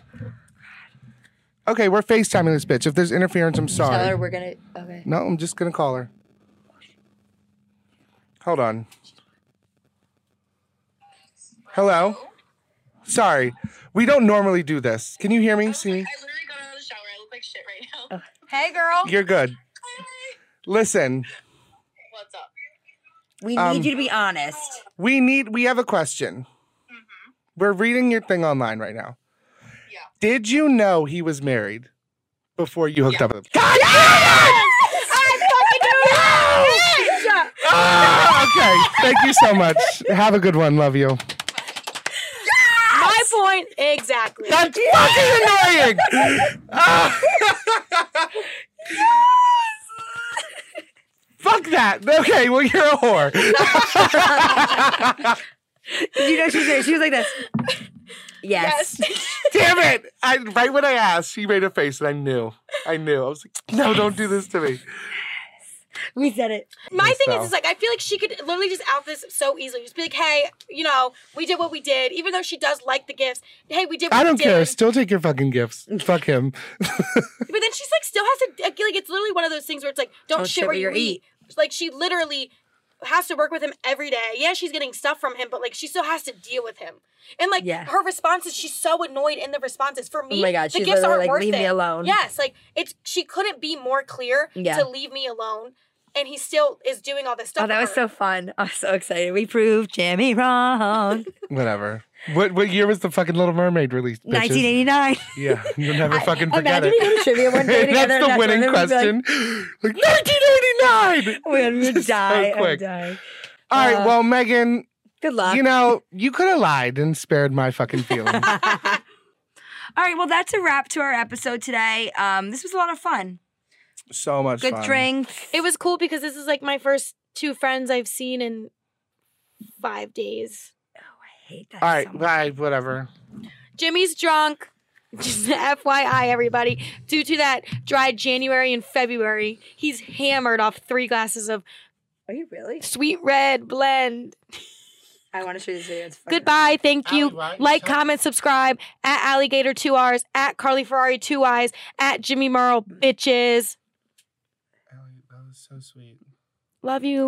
S3: Okay, we're FaceTiming this bitch. If there's interference, I'm sorry.
S4: Tell her we're gonna. Okay.
S3: No, I'm just gonna call her. Hold on. Hello. Sorry, we don't normally do this. Can you hear me? See
S6: I
S3: me?
S6: literally got out of the shower. I look like shit right now.
S2: Hey, girl.
S3: You're good. Listen,
S6: What's up?
S4: We
S3: Um,
S4: need you to be honest.
S3: we need. We have a question.
S4: Mm-hmm.
S3: We're reading your thing online right now.
S6: Yeah.
S3: Did you know he was married before you hooked up with him? Ah, okay. Thank you so much. Have a good one. Love you.
S2: My point exactly.
S3: That's fucking annoying. Ah. Fuck that. Okay, well you're a whore.
S4: you know she was, like- she was like this. Yes.
S3: Damn it! I, right when I asked, she made a face, and I knew. I knew. I was like, "No, don't do this to me."
S4: We said it.
S2: My
S3: Yes,
S2: thing
S3: though.
S2: is, is like I feel like she could literally just out this so easily. Just be like, hey, you know, we did what we did, even though she does like the gifts. Hey, we did. What
S3: I
S2: we
S3: don't
S2: did.
S3: care. Still take your fucking gifts. Fuck him.
S2: But then she's like, still has to like. It's literally one of those things where it's like, don't, shit, where you eat. Like she literally has to work with him every day. Yeah, she's getting stuff from him, but like she still has to deal with him. And like
S4: Yeah.
S2: her responses, she's so annoyed in the responses. For me,
S4: Oh my god,
S2: the
S4: she's
S2: gifts
S4: literally
S2: aren't
S4: like,
S2: worth
S4: leave
S2: it.
S4: me alone.
S2: Yes, like it's she couldn't be more clear
S4: Yeah.
S2: to leave me alone, and he still is doing all this stuff.
S4: Oh, that
S2: for
S4: was
S2: her.
S4: so fun. I'm so excited. We proved Jamie wrong.
S3: Whatever. What What year was the fucking Little Mermaid released? bitches?
S4: 1989.
S3: Yeah, you'll never fucking forget
S4: Imagine
S3: it.
S4: we go to trivia one day together.
S3: That's
S4: and
S3: the
S4: after
S3: winning
S4: we'd be like,
S3: question. Like, 1989.
S4: Oh my god, we would
S3: Just so
S4: die. I
S3: quick.
S4: would die.
S3: All right,
S4: Uh,
S3: well, Megan,
S4: Good luck.
S1: uh,
S3: you know, you could have lied and spared my fucking feelings.
S1: All right, well, that's a wrap to our episode today. Um, this was a lot of fun.
S3: so much
S1: Good
S3: fun.
S1: drinks.
S2: It was cool because this is like my first two friends I've seen in five days.
S4: I hate that.
S3: All right,
S4: so much.
S3: bye, whatever.
S2: Jimmy's drunk. Just FYI, everybody. Due to that dry January and February, he's hammered off three glasses of
S4: Are you really?
S2: sweet red blend.
S4: I want to show you this video. It's fucking-
S2: Goodbye. Thank you.
S3: Allie, right?
S2: Like,
S3: Shut-
S2: comment, subscribe at Alligator Two R's, at Carly Ferrari Two Eyes, at Jimmy Merle Bitches.
S3: Allie, that was so sweet.
S2: Love you.